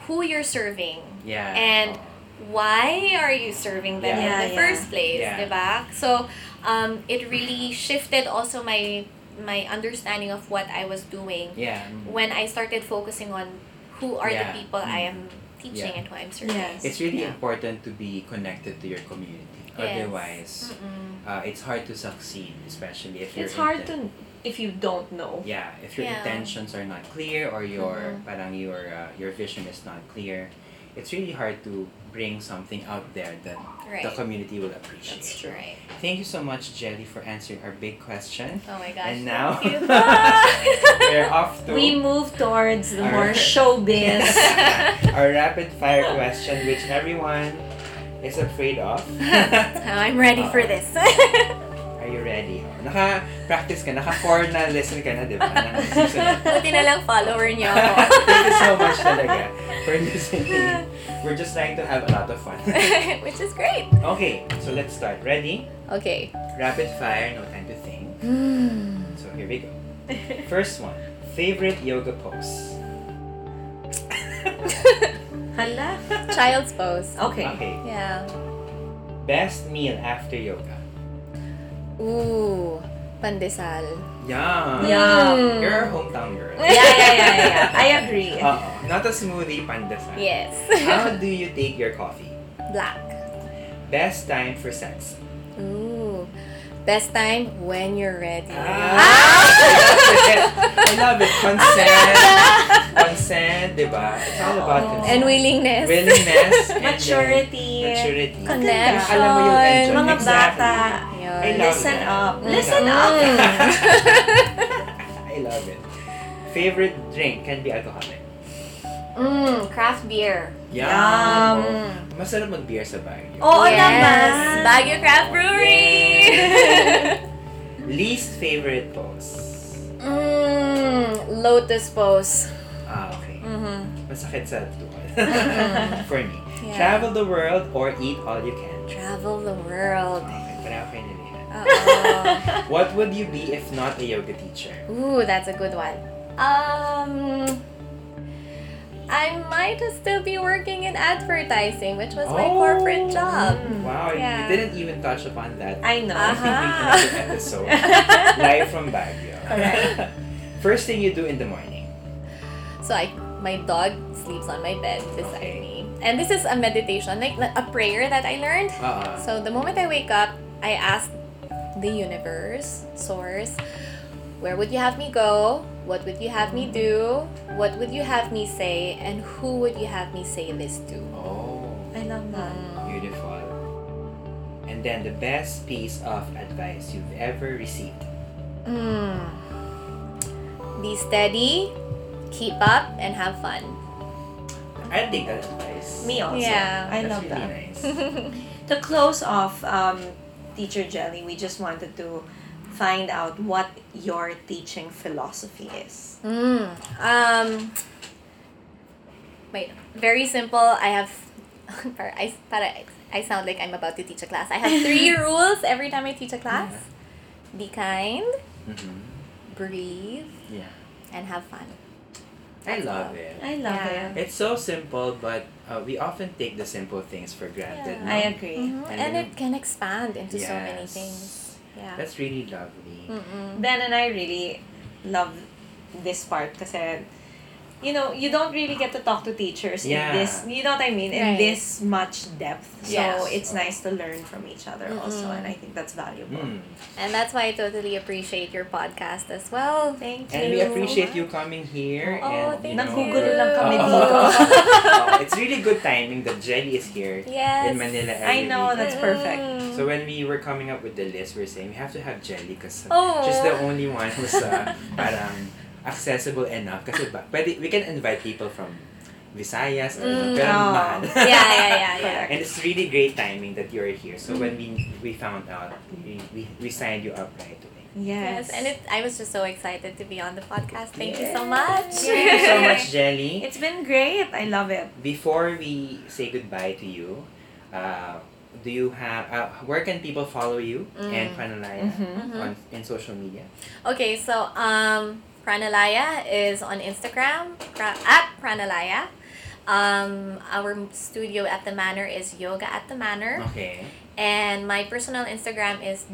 Speaker 3: who you're serving
Speaker 2: Yeah.
Speaker 3: And-
Speaker 2: oo.
Speaker 3: why are you serving them
Speaker 2: Yeah.
Speaker 3: in the
Speaker 1: Yeah, yeah.
Speaker 3: first place,
Speaker 2: Yeah.
Speaker 3: diba? So, um, it really shifted also my my understanding of what I was doing
Speaker 2: yeah. mm.
Speaker 3: when I started focusing on who are
Speaker 2: Yeah. Mm-hmm.
Speaker 3: the people I am teaching
Speaker 2: Yeah.
Speaker 3: and who I'm serving.
Speaker 1: Yes.
Speaker 2: It's really
Speaker 3: Yeah.
Speaker 2: important to be connected to your community.
Speaker 3: Yes.
Speaker 2: Otherwise,
Speaker 3: Mm-mm.
Speaker 2: uh, it's hard to succeed, especially if
Speaker 1: It's
Speaker 2: your
Speaker 1: hard
Speaker 2: inten-
Speaker 1: to if you don't know.
Speaker 2: Yeah, if your
Speaker 3: Yeah.
Speaker 2: intentions are not clear or your
Speaker 1: Mm-hmm.
Speaker 3: Mhm.
Speaker 2: parang your uh, your vision is not clear, it's really hard to bring something out there that the
Speaker 3: Right.
Speaker 2: community will appreciate.
Speaker 1: That's true.
Speaker 3: Right.
Speaker 2: Thank you so much, Jelly, for answering our big question.
Speaker 3: Oh my gosh.
Speaker 2: And now-
Speaker 3: thank you.
Speaker 2: We're off to
Speaker 1: We move towards the
Speaker 2: Our-
Speaker 1: more showbiz.
Speaker 2: our rapid fire question, which everyone is afraid of.
Speaker 3: I'm ready for
Speaker 2: Uh,
Speaker 3: this.
Speaker 2: Are you ready? Naka-practice ka, naka-four na lesson ka na, di ba? Ng season
Speaker 3: Buti na lang follower niyo ako.
Speaker 2: Thank you so much talaga for listening. We're just trying to have a lot of fun.
Speaker 3: Which is great.
Speaker 2: Okay, so let's start. Ready?
Speaker 3: Okay.
Speaker 2: Rapid fire, no time to think. So here we go. First one. Favorite yoga pose?
Speaker 1: Hala.
Speaker 3: Child's pose.
Speaker 1: Okay.
Speaker 2: Okay.
Speaker 3: Yeah.
Speaker 2: Best meal after yoga?
Speaker 3: Ooh, pandesal.
Speaker 2: Yum.
Speaker 1: Yeah.
Speaker 3: Mm.
Speaker 2: You're a hometown girl.
Speaker 1: Yeah, yeah, yeah, yeah, yeah. I agree.
Speaker 2: Uh-oh. Not a smoothie, pandesal.
Speaker 3: Yes.
Speaker 2: How do you take your coffee?
Speaker 3: Black.
Speaker 2: Best time for sex?
Speaker 3: Ooh. Best time when you're ready.
Speaker 1: Ah.
Speaker 2: Ah! I love it. Consent. Consent, di ba? It's all about
Speaker 1: Oo.
Speaker 2: consent.
Speaker 3: Ah! and willingness.
Speaker 2: Willingness. and then
Speaker 1: Oh. Maturity.
Speaker 2: Maturity.
Speaker 3: Connection.
Speaker 2: Alam mo yung tension.
Speaker 1: Mga
Speaker 2: Exactly.
Speaker 1: bata.
Speaker 3: Yun.
Speaker 2: I love
Speaker 1: Listen
Speaker 2: that.
Speaker 1: up.
Speaker 2: Mm.
Speaker 1: Listen up.
Speaker 2: I love it. Favorite drink can be alcoholic.
Speaker 3: Mm, craft beer.
Speaker 2: Yum.
Speaker 1: Yum.
Speaker 2: Um,
Speaker 1: Oh,
Speaker 2: Masarap mag-beer sa bahay.
Speaker 1: Oo
Speaker 3: yes.
Speaker 1: naman.
Speaker 3: Baguio Craft Brewery.
Speaker 2: Least favorite pose.
Speaker 3: mm, Lotus pose.
Speaker 2: Ah, okay.
Speaker 3: Mm-hmm.
Speaker 2: Masakit sa tuwal.
Speaker 1: Mm.
Speaker 2: For me.
Speaker 3: Yeah.
Speaker 2: Travel the world or eat all you can.
Speaker 3: Travel the world.
Speaker 2: Okay, pareho kayo nilihan.
Speaker 3: Uh-oh.
Speaker 2: What would you be if not a yoga teacher?
Speaker 3: Ooh, that's a good one. Um, I might still be working in advertising, which was my
Speaker 2: Oh.
Speaker 3: corporate job.
Speaker 1: Mm.
Speaker 3: Uh-huh.
Speaker 2: Wow,
Speaker 3: Yeah.
Speaker 2: you didn't even touch upon that.
Speaker 1: I know.
Speaker 2: I think we
Speaker 3: Aha.
Speaker 2: can have an episode live from Baguio.
Speaker 1: Alright.
Speaker 2: First thing you do in the morning.
Speaker 3: So I, my dog sleeps on my bed beside
Speaker 2: Okay.
Speaker 3: me, and this is a meditation, like a prayer that I learned.
Speaker 2: Uh-uh.
Speaker 3: So the moment I wake up, I ask the universe, source, where would you have me go? What would you have me do? What would you have me say? And who would you have me say this to?
Speaker 2: Oh,
Speaker 1: I love that.
Speaker 3: Mm.
Speaker 2: beautiful. And then the best piece of advice you've ever received.
Speaker 3: Mm. Be steady, keep up, and have fun.
Speaker 2: I think that advice.
Speaker 1: Me also.
Speaker 3: Yeah.
Speaker 1: I
Speaker 2: That's
Speaker 1: love that.
Speaker 2: really nice.
Speaker 1: To close off, um, Teacher Jelly, we just wanted to find out what your teaching philosophy is.
Speaker 3: mm. Um. Wait. Very simple. I have. para, I, para, I sound like I'm about to teach a class. I have three rules every time I teach a class. Be kind,
Speaker 2: Mhm.
Speaker 3: breathe,
Speaker 2: Yeah.
Speaker 3: and have fun.
Speaker 2: I love it.
Speaker 1: I love
Speaker 3: Yeah.
Speaker 1: it.
Speaker 2: It's so simple, but uh, we often take the simple things for granted.
Speaker 3: Yeah.
Speaker 2: no?
Speaker 1: I agree.
Speaker 3: Mhm.
Speaker 2: And
Speaker 3: And
Speaker 2: then-
Speaker 3: it can expand into so many
Speaker 2: Yes.
Speaker 3: things. Mm. Yeah.
Speaker 2: That's really lovely.
Speaker 3: Mm-mm.
Speaker 1: Ben and I really love this part kasi you know, you don't really get to talk to teachers
Speaker 2: Yeah.
Speaker 1: in this, you know what I mean, in
Speaker 3: Right.
Speaker 1: this much depth. So
Speaker 2: Yes.
Speaker 1: it's nice to learn from each other also
Speaker 3: Mm-mm.
Speaker 1: and I think that's valuable.
Speaker 2: Mm.
Speaker 3: And that's why I totally appreciate your podcast as well.
Speaker 1: Thank you.
Speaker 2: And we appreciate you coming here.
Speaker 3: Oh,
Speaker 2: and, you know,
Speaker 3: thank
Speaker 1: Nagugulo
Speaker 2: we're-
Speaker 1: lang kami
Speaker 2: Oo.
Speaker 1: dito.
Speaker 2: Oo, it's really good timing that Jelly is here
Speaker 3: Yes.
Speaker 2: in Manila
Speaker 1: I
Speaker 2: every
Speaker 1: know
Speaker 2: week.
Speaker 1: that's perfect.
Speaker 2: So when we were coming up with the list, we are saying we have to have Jelly because
Speaker 3: Oh.
Speaker 2: she's the only one who's uh, parang accessible enough. Kasi ba, pwede, we can invite people from Visayas or
Speaker 3: Mm.
Speaker 2: pero
Speaker 1: Oh.
Speaker 2: mahal.
Speaker 3: yeah, yeah, yeah, yeah.
Speaker 2: And it's really great timing that you're here. So when we we found out, we, we, we signed you up right away.
Speaker 1: Yes.
Speaker 3: Yes, and it, I was just so excited to be on the podcast. Thank you so
Speaker 1: Yay.
Speaker 3: much.
Speaker 2: Thank you so much, Jelly.
Speaker 1: It's been great. I love it.
Speaker 2: Before we say goodbye to you, uh, do you have uh, where can people follow you
Speaker 3: Mm.
Speaker 2: and Pranalaya
Speaker 1: Mhm.
Speaker 3: Mm-hmm.
Speaker 2: on in social media?
Speaker 3: Okay, so um, Pranalaya is on Instagram pra- at Pranalaya. Um, our studio at the Manor is Yoga at the Manor,
Speaker 2: Okay.
Speaker 3: and my personal Instagram is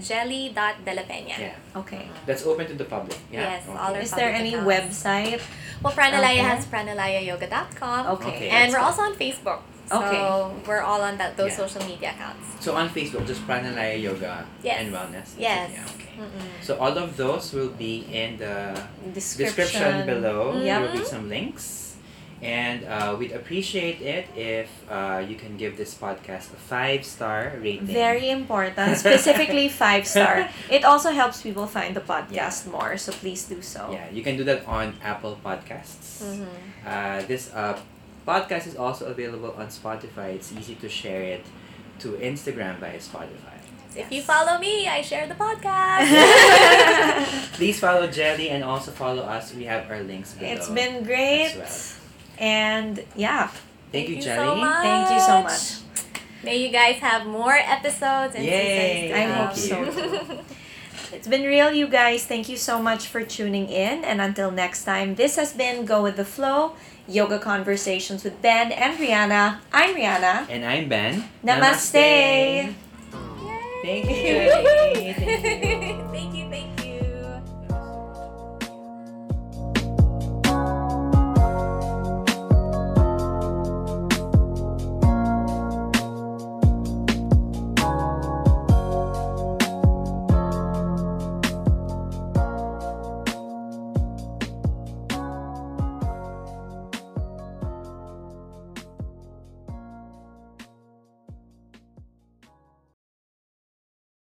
Speaker 3: jelly.delapena.
Speaker 2: Yeah.
Speaker 1: Okay.
Speaker 2: That's open to the public. Yeah.
Speaker 3: Yes,
Speaker 2: okay.
Speaker 3: all are-
Speaker 1: Is there any website?
Speaker 3: Well, Pranalaya
Speaker 1: Okay.
Speaker 3: has pranalayayoga.com,
Speaker 1: Okay.
Speaker 2: Okay.
Speaker 3: and we're
Speaker 2: that's
Speaker 3: also on Facebook. So
Speaker 1: Okay.
Speaker 3: we're all on that those
Speaker 2: Yeah.
Speaker 3: social media accounts.
Speaker 2: So on Facebook, just Pranalaya Yoga
Speaker 3: Yes.
Speaker 2: and Wellness. That's it,
Speaker 3: Yes.
Speaker 2: Yeah, okay.
Speaker 3: Mm-mm.
Speaker 2: So all of those will be in the
Speaker 1: Description.
Speaker 2: description below.
Speaker 1: Yep.
Speaker 2: There will be some links. And uh, we'd appreciate it if uh, you can give this podcast a five star rating.
Speaker 1: Very important. Specifically five star. It also helps people find the podcast more, so please do so.
Speaker 2: Yeah, you can do that on Apple Podcasts.
Speaker 3: Mm-hmm.
Speaker 2: Uh, this uh, podcast is also available on Spotify. It's easy to share it to Instagram via Spotify.
Speaker 3: If you follow me, I share the podcast.
Speaker 2: Please follow Jelly and also follow us. We have our links below.
Speaker 1: It's been great.
Speaker 2: As
Speaker 1: And yeah,
Speaker 2: Thank, you,
Speaker 3: you
Speaker 2: Jelly.
Speaker 3: so much.
Speaker 1: thank you so much.
Speaker 3: May you guys have more episodes and
Speaker 2: Yay,
Speaker 3: seasons.
Speaker 1: I hope
Speaker 2: thank
Speaker 3: so.
Speaker 1: It's been real, you guys. Thank you so much for tuning in. And until next time, this has been Go With The Flow Yoga Conversations with Ben and Rihanna. I'm Rihanna.
Speaker 2: And I'm Ben.
Speaker 1: Namaste.
Speaker 2: Thank you,
Speaker 3: Yay.
Speaker 2: Jelly. Thank you.
Speaker 3: Thank you.